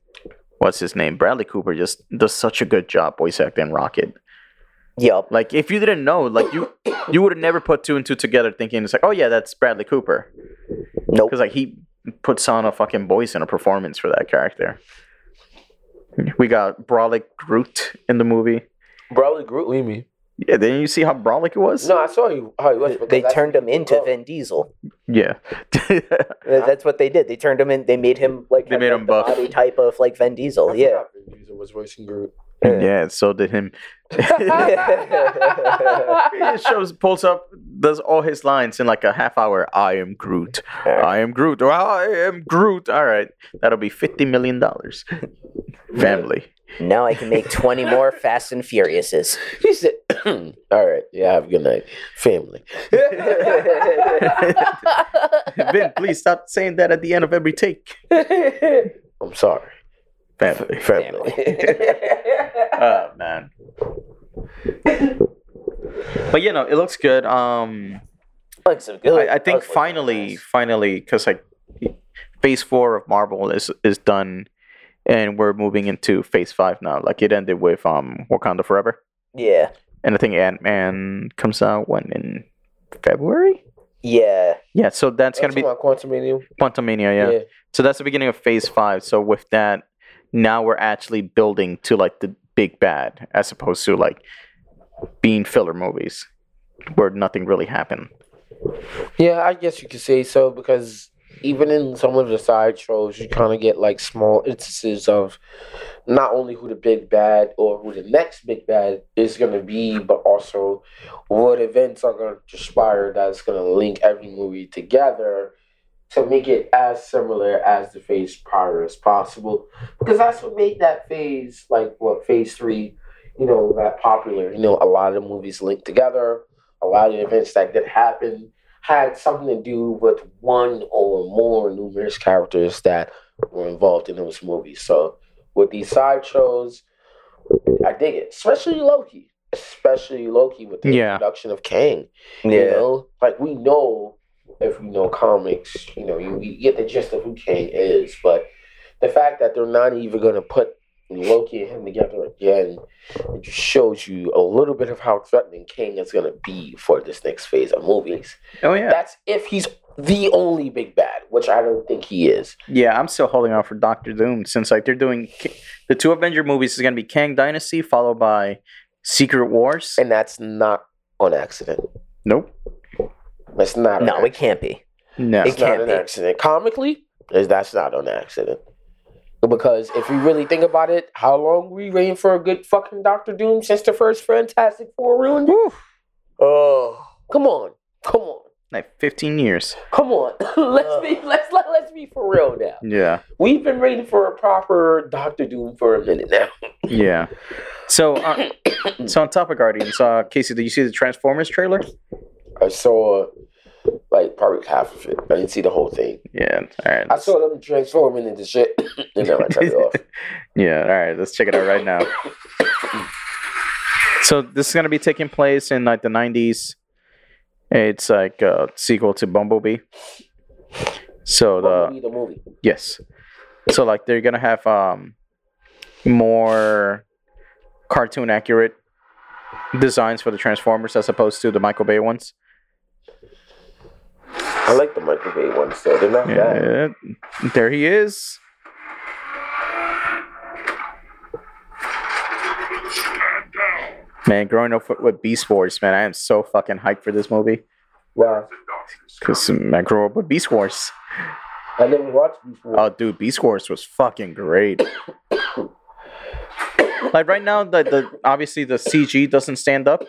what's his name? Bradley Cooper just does such a good job voice acting Rocket.
Yep.
Like, if you didn't know, like you, you would have never put two and two together, thinking it's like, oh yeah, that's Bradley Cooper,
Nope.
because like he puts on a fucking voice and a performance for that character. We got Brolic Groot in the movie.
Bradley Groot, leave me.
Yeah, didn't you see how brolic it was?
No, I saw you. How he was because
They
I
turned
see
him into
grow.
Vin Diesel.
Yeah. [LAUGHS]
Th- That's what they did. They turned him in. They made him like
They
have,
made
like,
him
the
buff.
body type of like Vin
I
Diesel.
forgot
Yeah.
Vin Diesel was voicing Groot.
yeah, so did him. he shows pulls up does all his lines in like a half hour i am groot i am groot or i am groot all right that'll be 50 million dollars family [LAUGHS]
Now I can make twenty more Fast and Furiouses.
He said, "All right, yeah, have a good night, family."
ben please stop saying that at the end of every take
I'm sorry, [LAUGHS]
family
family.
oh man but you know it looks good um
[LAUGHS]
Looks so good.
I, I think
Those look
finally,
nice.
finally, because like phase four of Marvel is is done, and we're moving into phase five now. Like it ended with um Wakanda Forever,
Yeah.
and I think Ant Man comes out when in February.
Yeah.
Yeah, so that's gonna be
That's my quantum medium.
Quantumania. Yeah. so that's the beginning of phase five. So with that, now we're actually building to like the big bad, as opposed to like being filler movies where nothing really happened.
Yeah, I guess you could say so because even in some of the side shows, you kind of get like small instances of not only who the big bad or who the next big bad is going to be, but also what events are going to transpire that's going to link every movie together to make it as similar as the phase prior as possible. Because that's what made that phase, like what phase three, you know, that popular. You know, a lot of the movies linked together, a lot of the events that did happen had something to do with one or more numerous characters that were involved in those movies. So with these side shows, I dig it. Especially Loki. Especially Loki with the
Yeah.
introduction of Kang.
Yeah.
You know, like we know if we know comics, you know, you, you get the gist of who Kang is, but the fact that they're not even going to put Loki and him together again it just shows you a little bit of how threatening Kang is going to be for this next phase of movies.
Oh yeah.
That's if he's the only big bad, which I don't think he is.
Yeah, I'm still holding out for Doctor Doom since like they're doing K- the two Avenger movies is gonna be Kang Dynasty followed by Secret Wars.
And that's not on accident.
nope.
That's not on
No, it
accident.
can't be.
No.
It
It's not
can't
an
be.
accident. Comically, is- that's not an accident. Because if you really think about it, how long we waiting for a good fucking Doctor Doom since the first Fantastic Four ruined it? Oh, come on, come on,
Like 15 years.
come on. [LAUGHS] let's be
Uh.
let's let, let's be for real now.
Yeah.
We've been waiting for a proper Doctor Doom for a minute now.
Yeah. So,
[COUGHS]
uh, so on top of Guardians, uh, Casey, did you see the Transformers trailer?
I saw like probably half of it. I didn't see the whole thing.
Yeah. All right.
I saw them transforming into shit, [COUGHS] and then I cut it
[LAUGHS]
off.
Yeah, all right, let's check it out right now. So this is gonna be taking place in like the nineties. It's like a sequel to Bumblebee. So
Uh.
the
Bumblebee, the movie.
yes, so like they're gonna have um more cartoon accurate designs for the Transformers as opposed to the Michael Bay ones.
I like the Michael Bay ones though. They're not bad.
Yeah, there he is. Man, growing up with- with Beast Wars, man, I am so fucking hyped for this movie.
Wow.
Cause um, I grew up with Beast Wars.
I never watched before.
Oh, dude, Beast Wars was fucking great. like right now, the, the obviously the CG doesn't stand up,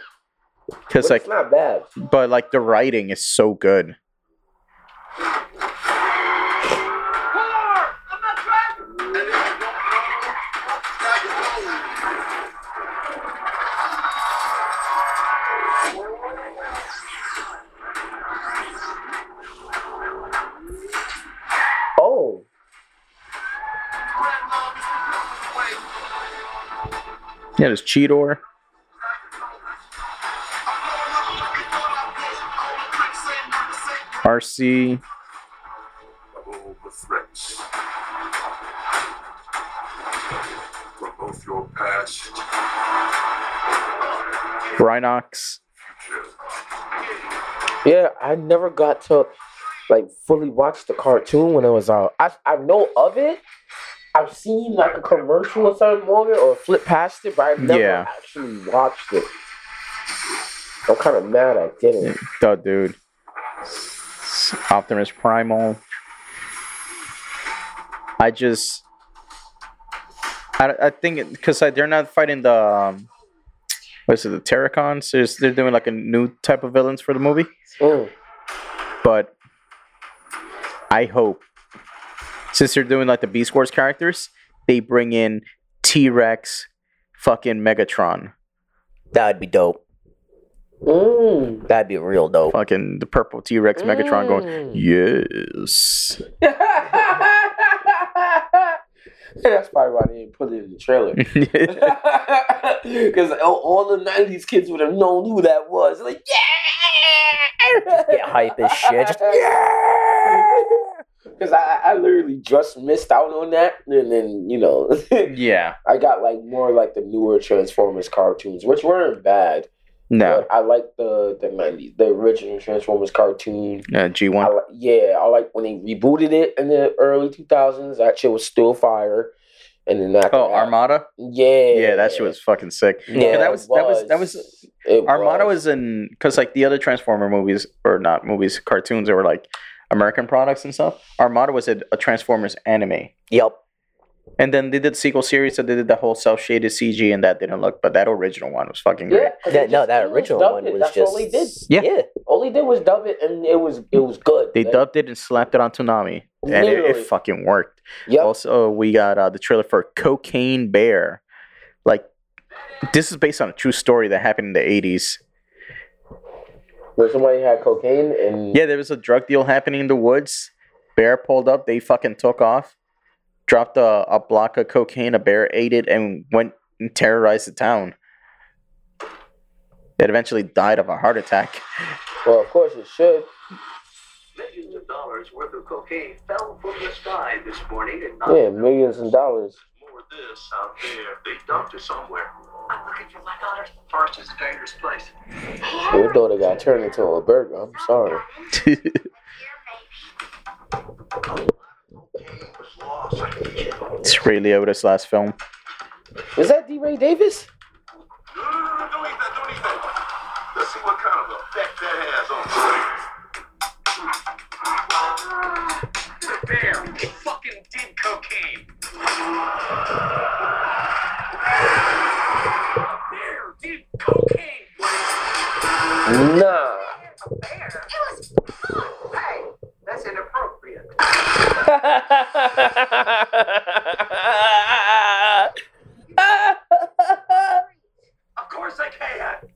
but
cause
it's
like,
not bad.
but like the writing is so good.
Oh,
Yeah, there's Cheetor. RC.
all the threats from both your past
Rhinox.
yeah. I never got to like fully watch the cartoon when it was out. I I know of it. I've seen like a commercial or something on it, or flip past it, but I never
Yeah.
actually watched it. I'm kind of mad I didn't.
The dude. Optimus Primal. I just. I, I think because like, they're not fighting the. Um, what is it? The Terracons? There's, they're doing like a new type of villains for the movie.
Mm.
But I hope. Since they're doing like the Beast Wars characters, they bring in T Rex, fucking Megatron.
That'd be dope. [LAUGHS]
Mm. [LAUGHS]
That'd be real dope.
fucking the purple T Rex Megatron
Mm.
going, yes. [LAUGHS]
That's probably why they didn't put it in the trailer. [LAUGHS] Because all, all the 90s kids would have known who that was. Like, yeah!
Get hype as
[LAUGHS]
shit. Just, [LAUGHS]
Because I, I literally just missed out on that. And then, you know, [LAUGHS]
yeah.
I got like more like the newer Transformers cartoons, which weren't bad.
No.
But I like the, the 90s, the original Transformers cartoon.
Uh,
I
G1.
li- yeah, I like when they rebooted it in the early 2000s. That shit was still fire. And then after
Oh,
that-
Armada?
Yeah.
Yeah, that shit was fucking sick.
Yeah,
that
it
was- that was- that was-
It
Armada was in, because like the other Transformer movies, or not movies, cartoons that were like American products and stuff, Armada was a, a Transformers anime.
yep.
And then they did sequel series, so they did the whole self shaded CG, and that didn't look, but that original one was fucking
Yeah,
great.
'cause they
That, no,
just-
that
they just
original
dubbed
one
it.
was
That's
just
all they did.
Yeah.
yeah.
All they did was dub it, and it was it was good.
They
Like,
dubbed it and slapped it on Toonami, and it,
Literally.
it fucking worked.
Yep.
Also, we got uh, the trailer for Cocaine Bear. Like, this is based on a true story that happened in the 80s.
Where somebody had cocaine and
Yeah, there was a drug deal happening in the woods. Bear pulled up, they fucking took off, dropped a, a block of cocaine, a bear ate it, and went and terrorized the town. It eventually died of a heart attack. [LAUGHS]
well, of course it should.
Millions of dollars worth of cocaine fell from the sky this morning and not
Yeah, millions of dollars.
more of this out there they dumped it somewhere
I'm looking for my daughter's forest is a dangerous place.
Your daughter got turned into a burger. I'm sorry.
it's Ray Liotta's last film.
Is that D. Ray Davis?
no no no no don't eat that don't eat that let's see what kind of effect that has on the
The bear fucking did cocaine. Bear did cocaine.
Nah.
Oh, Hey, that's inappropriate. Of course I can.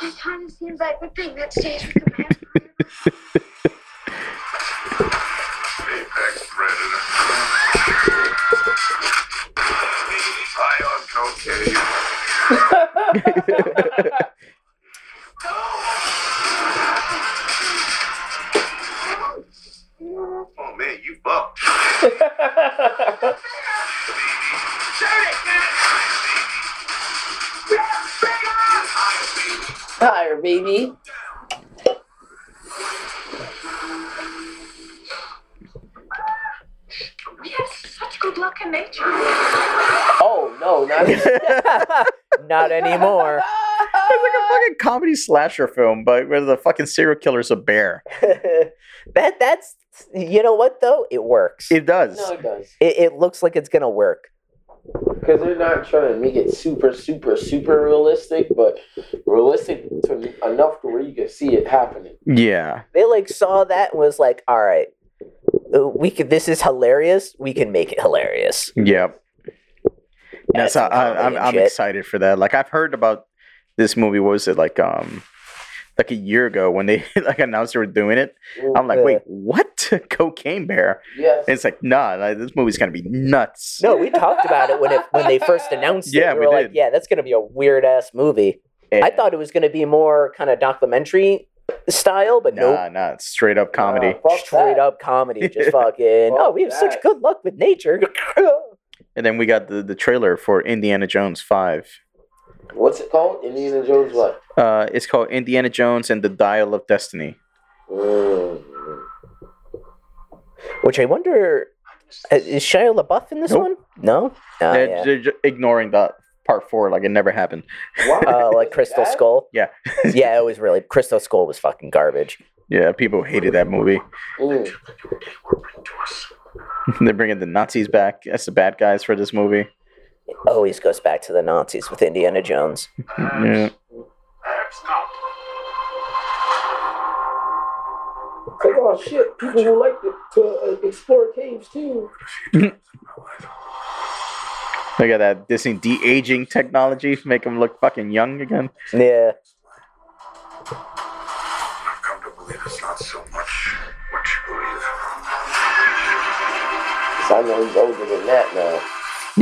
thing that stays with the man.
Apex predator. High on cocaine. Oh man, you buck.
Higher, baby.
We have such good luck in nature.
Oh no,
[LAUGHS]
not
[LAUGHS]
[LAUGHS]
Not anymore. [LAUGHS]
It's
Uh.
like a fucking comedy slasher film, but where the fucking serial killer's a bear.
that that's you know what though? It works. It,
It does.
no, it does.
it, looks like it's gonna work.
Because they're not trying to make it super, super, super realistic, but realistic to enough to where you can see it happening.
Yeah.
They like saw that and was like, all right, uh, we could this is hilarious, we can make it hilarious.
Yep. That's
That's
how, I,
comedy
I'm,
and
I'm
shit.
excited for that. Like I've heard about this movie. What was it like? Um, like a year ago when they [LAUGHS] like announced they were doing it. I'm like,
Yeah.
wait, what? [LAUGHS] Cocaine Bear?
Yes.
And it's like, nah, like, this movie's gonna be nuts.
[LAUGHS] No, we talked about it when it when they first announced
Yeah,
it.
we
were like,
did.
yeah, that's gonna be a weird ass movie.
And-
I thought it was gonna be more kind of documentary style, but
nah,
nope.
nah, it's straight up comedy.
fuck
Straight
that.
up comedy, just fucking. oh, we have such
that.
good luck with nature. [LAUGHS]
and then we got the, the trailer for Indiana Jones Five.
What's it called? Indiana Jones what?
Uh, it's called Indiana Jones and the Dial of Destiny.
Mm.
Which I wonder, uh, is Shia LaBeouf in this
Nope.
one? No, no,
they're,
Ah, yeah.
they're ju- ignoring that part four, like it never happened.
Wow. [LAUGHS]
Uh, like Crystal
That-
Skull.
[LAUGHS] Yeah.
yeah, it was really Crystal Skull was fucking garbage.
Yeah, people hated that
[LAUGHS]
movie.
Mm.
they're bringing the Nazis back as the bad guys for this movie.
It always goes back to the Nazis with Indiana Jones.
Yeah.
That's not.
It's like, oh shit, people who like to, to uh, explore caves too.
Look at that Disney de aging technology, make them look fucking young again.
Yeah,
I've come to believe it's not so much what you believe.
So I know he's older than that now.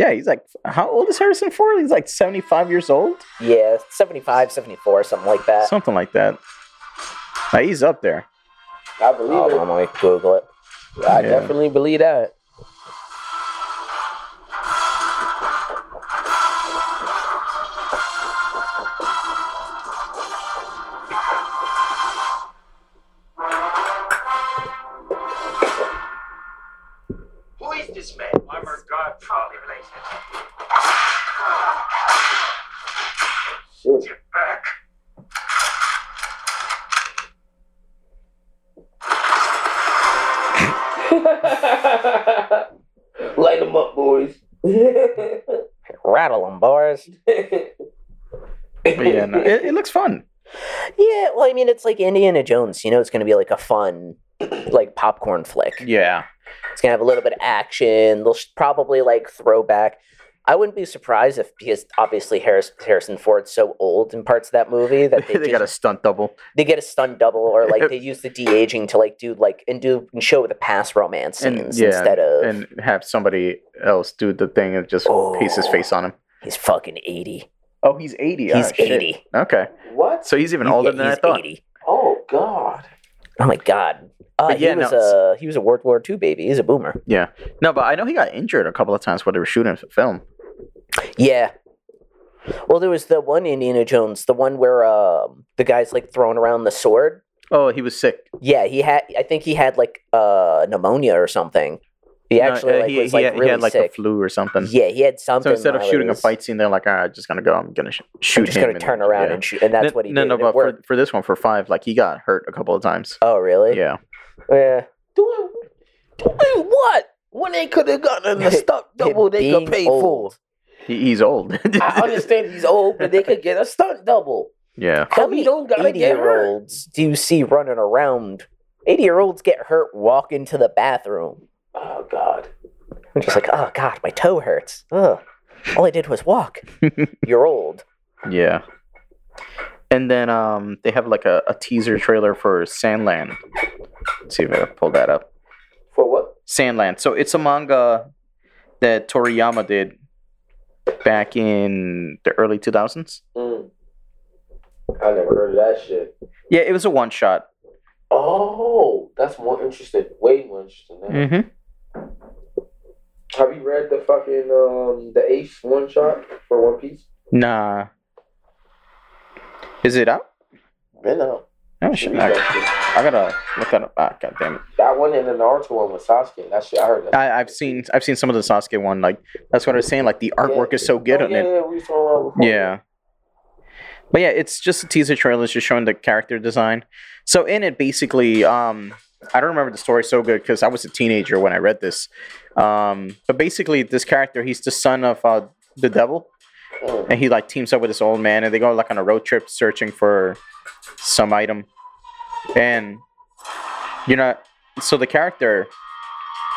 Yeah, he's like, how old is Harrison Ford? He's like 75 years old?
yeah, 75, 74, something like that.
Something like that. Like, he's up there.
I believe
Oh, I'm gonna Google it.
it. I
yeah.
definitely believe that.
Who is this man? I'm her god, probably related.
Shit.
Get back.
[LAUGHS] Light them up, boys.
Rattle them, bars.
But yeah, no, it, it looks fun.
Yeah, well, I mean, it's like Indiana Jones. You know, it's gonna be like a fun, like popcorn flick.
Yeah.
It's gonna have a little bit of action. They'll sh- probably like throwback. I wouldn't be surprised if because obviously Harris, Harrison Ford's so old in parts of that
[LAUGHS]
movie that they,
they got a
just-
stunt double.
they get a stun double or like they use the de aging to like do like and do and show the past romance
And-
scenes
yeah,
instead of
and have somebody else do the thing and just paste his
Oh.
face on him.
he's fucking eighty.
Oh, he's 80.
he's
Ah, shit.
eighty.
Okay.
[LAUGHS] what?
So he's even
Yeah,
older than I
he's
thought.
80.
Oh God.
Oh my god. Uh,
But yeah,
he was
no, it's-
a he was a World War II baby. He's a boomer.
Yeah. No, but I know he got injured a couple of times while they were shooting the film.
Yeah. Well, there was the one Indiana Jones, the one where um, the guy's like throwing around the sword.
Oh, he was sick.
Yeah, he had. I think he had like uh pneumonia or something. He
No,
actually
uh,
like,
he,
was
he
like
had, he
really
had like
sick.
a flu or something.
yeah, he had something.
So instead of
while it
shooting a
was-
fight scene, they're like, "All right, just gonna go. I'm gonna sh- shoot
I'm just
him."
gonna
and-
turn around
yeah.
and shoot, and
no,
that's what he
no,
did.
No,
and it
but for,
worked.
for this one, for five, like he got hurt a couple of times.
oh really?
Yeah,
Yeah.
Doing, doing what? When they could have
[LAUGHS]
gotten a stunt double, they could
Being
pay
old.
he, he's old.
for. I understand he's old, but they could get a stunt double.
[LAUGHS] yeah,
How
So he
many
don't gotta get hurt.
eighty-year-olds do you see running around? Eighty-year-olds get hurt walking to the bathroom.
Oh God.
I'm just like, oh god, my
[LAUGHS]
toe hurts. Ugh. All I did was walk. You're old.
yeah. And then um, they have like a, a teaser trailer for Sandland. Let's see if I can pull that up.
For what?
Sandland. So it's a manga that Toriyama did back in the early 2000s.
Mm. I never heard of that shit.
Yeah, it was a one shot.
Oh, that's more interesting. Way more interesting. than that.
Mm-hmm.
Have you read the fucking um the Ace one shot for One Piece?
Nah. Is it out?
Been out.
Oh,
Should
shit.
be
I,
interesting.
I gotta look that up. Ah, God damn it.
That one and the Naruto one with Sasuke. That shit I heard. That.
I, I've seen I've seen some of the Sasuke one. Like that's what I was saying. Like the artwork is so good
oh,
on
yeah,
it.
Yeah, we was talking about it before.
Yeah. But yeah, it's just a teaser trailer. It's just showing the character design. So in it, basically, um, I don't remember the story so good because I was a teenager when I read this. Um, but basically, this character, he's the son of uh, the devil,
Mm.
and he like teams up with this old man, and they go like on a road trip searching for some item, and you know, so the character,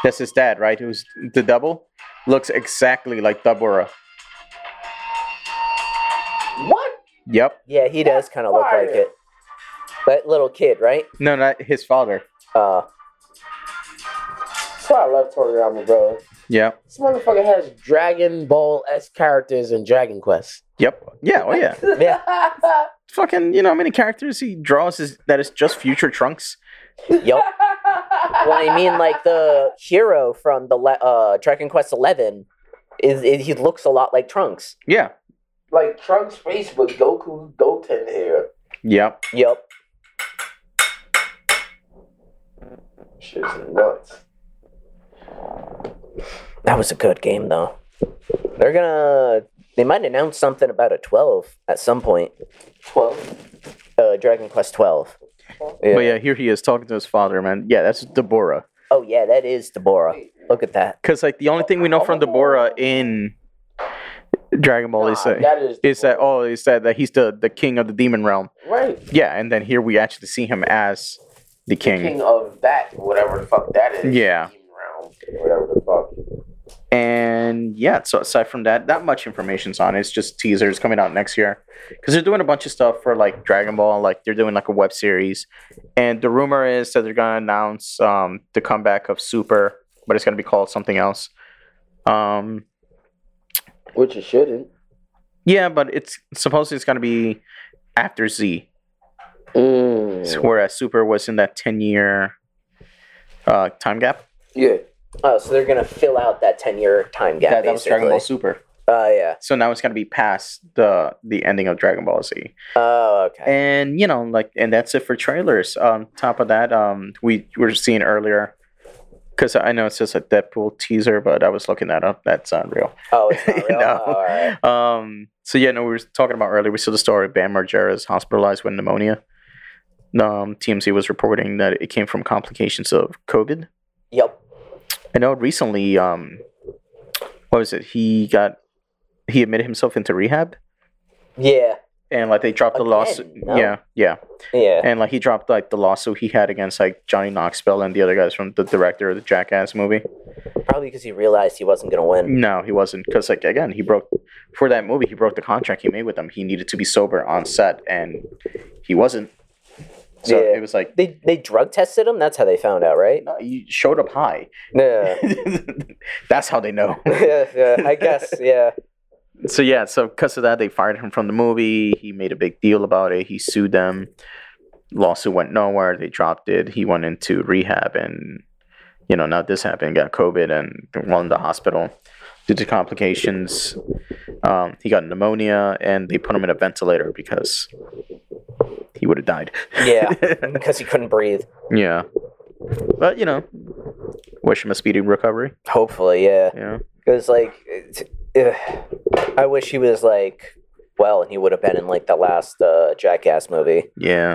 that's his dad, right? Who's the devil, looks exactly like Dabura.
What?
Yep.
Yeah, he does kind of look
Fire.
like it. That little kid, right?
No, not his father.
Uh,
That's why I love Toriyama, bro.
Yeah.
This motherfucker has Dragon Ball S characters in Dragon Quest.
Yep. Yeah. Oh yeah.
[LAUGHS]
Fucking. You know how many characters he draws is that is just future Trunks.
yup. Well, I mean, like the hero from the le- uh, Dragon Quest Eleven is, is he looks a lot like Trunks.
Yeah.
like Trunks face with Goku Goten hair.
Yep.
Yup.
Shit's nuts.
That was a good game, though. They're gonna. They might announce something about a twelve at some point.
Twelve.
Uh, Dragon Quest Twelve. Yeah.
But yeah, here he is talking to his father, man. Yeah, that's Deborah.
Oh yeah, that is Deborah. Look at that.
Because like the only thing we know from Deborah in Dragon Ball is
Nah,
that
that is
is that oh is that that he's the the king of the demon realm.
right?
Yeah, and then here we actually see him as the king.
King of that, whatever the fuck that is.
Yeah.
Demon Realm, Whatever the fuck.
And yeah, so aside from that, not much information's on. it. It's just teasers coming out next year because they're doing a bunch of stuff for like Dragon Ball. Like they're doing like a web series, and the rumor is that they're gonna announce um, the comeback of Super, but it's gonna be called something else. Um,
Which it shouldn't.
yeah, but it's supposedly it's gonna be after Z,
Mm.
whereas Super was in that ten year uh, time gap.
Yeah.
Oh, so they're gonna fill out that ten-year time gap.
that, that was Dragon Ball
basically.
Super.
Oh yeah.
So now it's gonna be past the the ending of Dragon Ball Z.
Oh
[LAUGHS]
okay.
and you know like and that's it for trailers on top of that um we were seeing earlier because i know it says a deadpool teaser but i was looking that up that's not real
Oh, it's not real.
[LAUGHS] No.
Oh, all right.
um so yeah no we were talking about earlier we saw the story of bam margera is hospitalized with pneumonia um tmz was reporting that it came from complications of covid
Yup.
i know recently um what was it he got he admitted himself into rehab
Yeah.
and like they dropped the
Again,
lawsuit
no.
yeah yeah
Yeah.
and like he dropped like the lawsuit he had against like Johnny Knoxville and the other guys from the director of the Jackass movie.
Probably because he realized he wasn't gonna win.
No, he wasn't because like again he broke for that movie he broke the contract he made with them. He needed to be sober on set and he wasn't. So
Yeah.
it was like
They they drug tested him. That's how they found out, right?
no, you showed up high. [LAUGHS]
Yeah.
That's how they know.
[LAUGHS] yeah, yeah, I guess, yeah.
so yeah, so because of that they fired him from the movie. He made a big deal about it. He sued them. Lawsuit went nowhere. They dropped it. He went into rehab and you know, now this happened, got COVID and went to the hospital due to complications. Um, he got pneumonia and they put him in a ventilator because he would have died. [LAUGHS]
Yeah, because he couldn't breathe.
yeah. But you know, wish him a speedy recovery.
Hopefully, yeah.
Yeah.
Because, like, it, ugh. I wish he was, like, well, and he would have been in, like, the last uh, Jackass movie.
Yeah.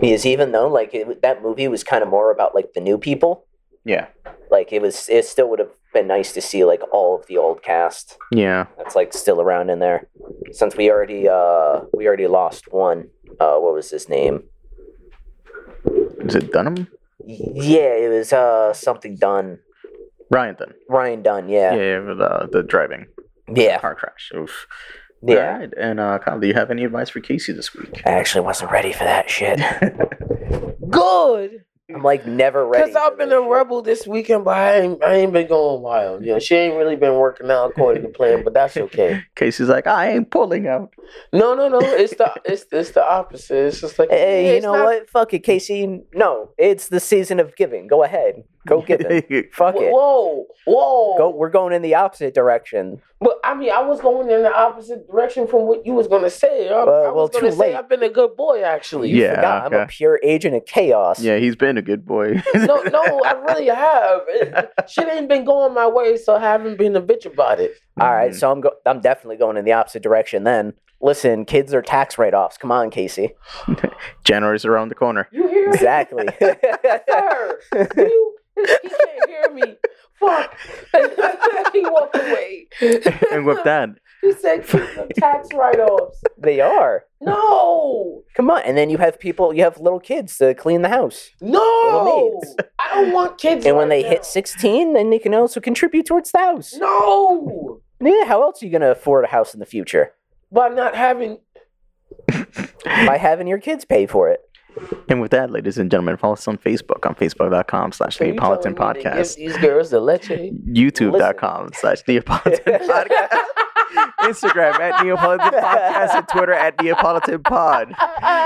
Because even though, like, it, that movie was kind of more about, like, the new people,
Yeah.
like, it was, it still would have been nice to see, like, all of the old cast
Yeah.
that's, like, still around in there. Since we already, uh, we already lost one. Uh, what was his name?
Is it Dunham?
Yeah, it was, uh, something Dunn.
Ryan Dunn.
Ryan Dunn,
Yeah, yeah, with, uh, the driving
Yeah.
car crash. Oof.
Yeah.
Alright, And uh, Kyle, do you have any advice for Casey this week?
I actually wasn't ready for that shit. Good. I'm like never ready.
Cause I've
for
been
this
a
shit.
rebel this weekend, but I ain't, I ain't been going wild. You know, she ain't really been working out according to plan, but that's okay.
Casey's like, I ain't pulling out.
[LAUGHS] No, no, no. It's the it's it's the opposite. It's just like
Hey,
yeah,
you
it's
know
not-
what? Fuck it, Casey. No, it's the season of giving. Go ahead.
[LAUGHS]
Go give it. Fuck it.
Whoa, whoa.
Go. We're going in the opposite direction.
But I mean, I was going in the opposite direction from what you was gonna say. I,
Well,
I was
well,
gonna
too
say
late.
I've been a good boy, actually.
You
Yeah,
forgot. I'm
okay.
a pure agent of chaos.
yeah, he's been a good boy.
No, no,
[LAUGHS]
I really have. It, shit ain't been going my way, so I haven't been a bitch about it.
All
[LAUGHS]
right, so I'm go- I'm definitely going in the opposite direction then. Listen, kids are tax write-offs. Come on, Casey.
January's around the
[LAUGHS]
corner.
You hear me,
Exactly. [LAUGHS]
sir? You, he can't hear me. Fuck. [LAUGHS] he walked away.
and with that,
He said, "Keep the tax write-offs."
they are.
No,
Come on, and then you have people, you have little kids to clean the house.
no,
Little needs.
I don't want kids.
And when
right
they hit
now.
16, then they can also contribute towards the house.
no,
Yeah, how else are you going to afford a house in the future?
by not having
By having your kids pay for it.
and with that, ladies and gentlemen, follow us on Facebook on facebook.com slash
So you
Neapolitan
telling me to give
Podcast,
These girls the leche.
youtube.com slash Neapolitan Podcast, Instagram at Neapolitan Podcast, and Twitter at Neapolitan Pod.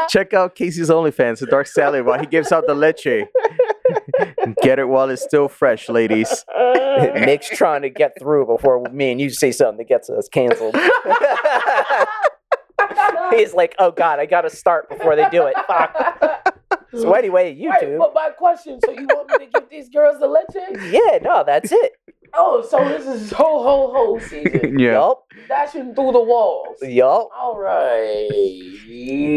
Check out Casey's OnlyFans, the dark salad, while he gives out the leche. Get it while it's still fresh, ladies.
[LAUGHS]
Nick's trying to get through before me and you say something that gets us
[LAUGHS]
canceled. He's like, oh God, I got to start before they do it. [LAUGHS] Fuck. So anyway,
Wait,
YouTube.
but my question. So you want me to give these girls the leche?
Yeah, no, that's it.
Oh, so this is ho ho ho
[LAUGHS]
season.
Yeah.
Yup.
Dashing through the walls.
Yup.
All right.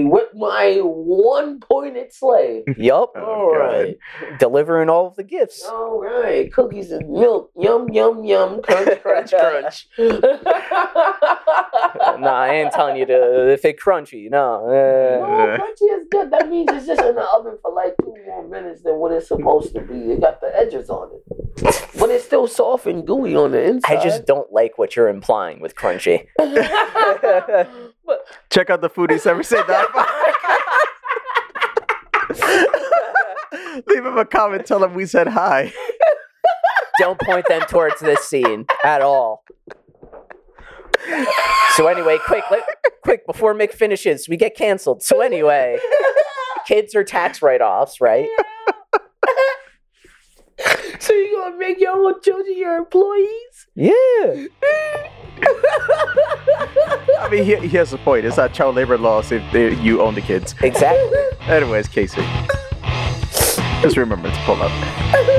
With my one pointed sleigh.
Yup.
All right. Oh,
Delivering all of the gifts.
All right. Cookies and milk. Yum yum yum.
[LAUGHS]
Crunch crunch crunch. [LAUGHS]
nah, I ain't telling you to if it crunchy. No. Uh,
No, crunchy is good. That means it's just in the oven for like two more minutes than what it's supposed to be. It got the edges on it, but it's still soft and gooey on the inside.
I just don't like what you're implying with crunchy.
but
Check out the foodies ever say [LAUGHS] Leave him a comment, tell him we said hi.
don't point them towards this scene at all. So anyway, quick, let, quick before Mick finishes, we get canceled. So anyway,
[LAUGHS]
kids are tax write-offs, right?
so you gonna make your own children your employees?
Yeah.
I mean, he, he has a point. It's not child labor laws if they, you own the kids.
Exactly.
Anyways, Casey, just remember to pull up.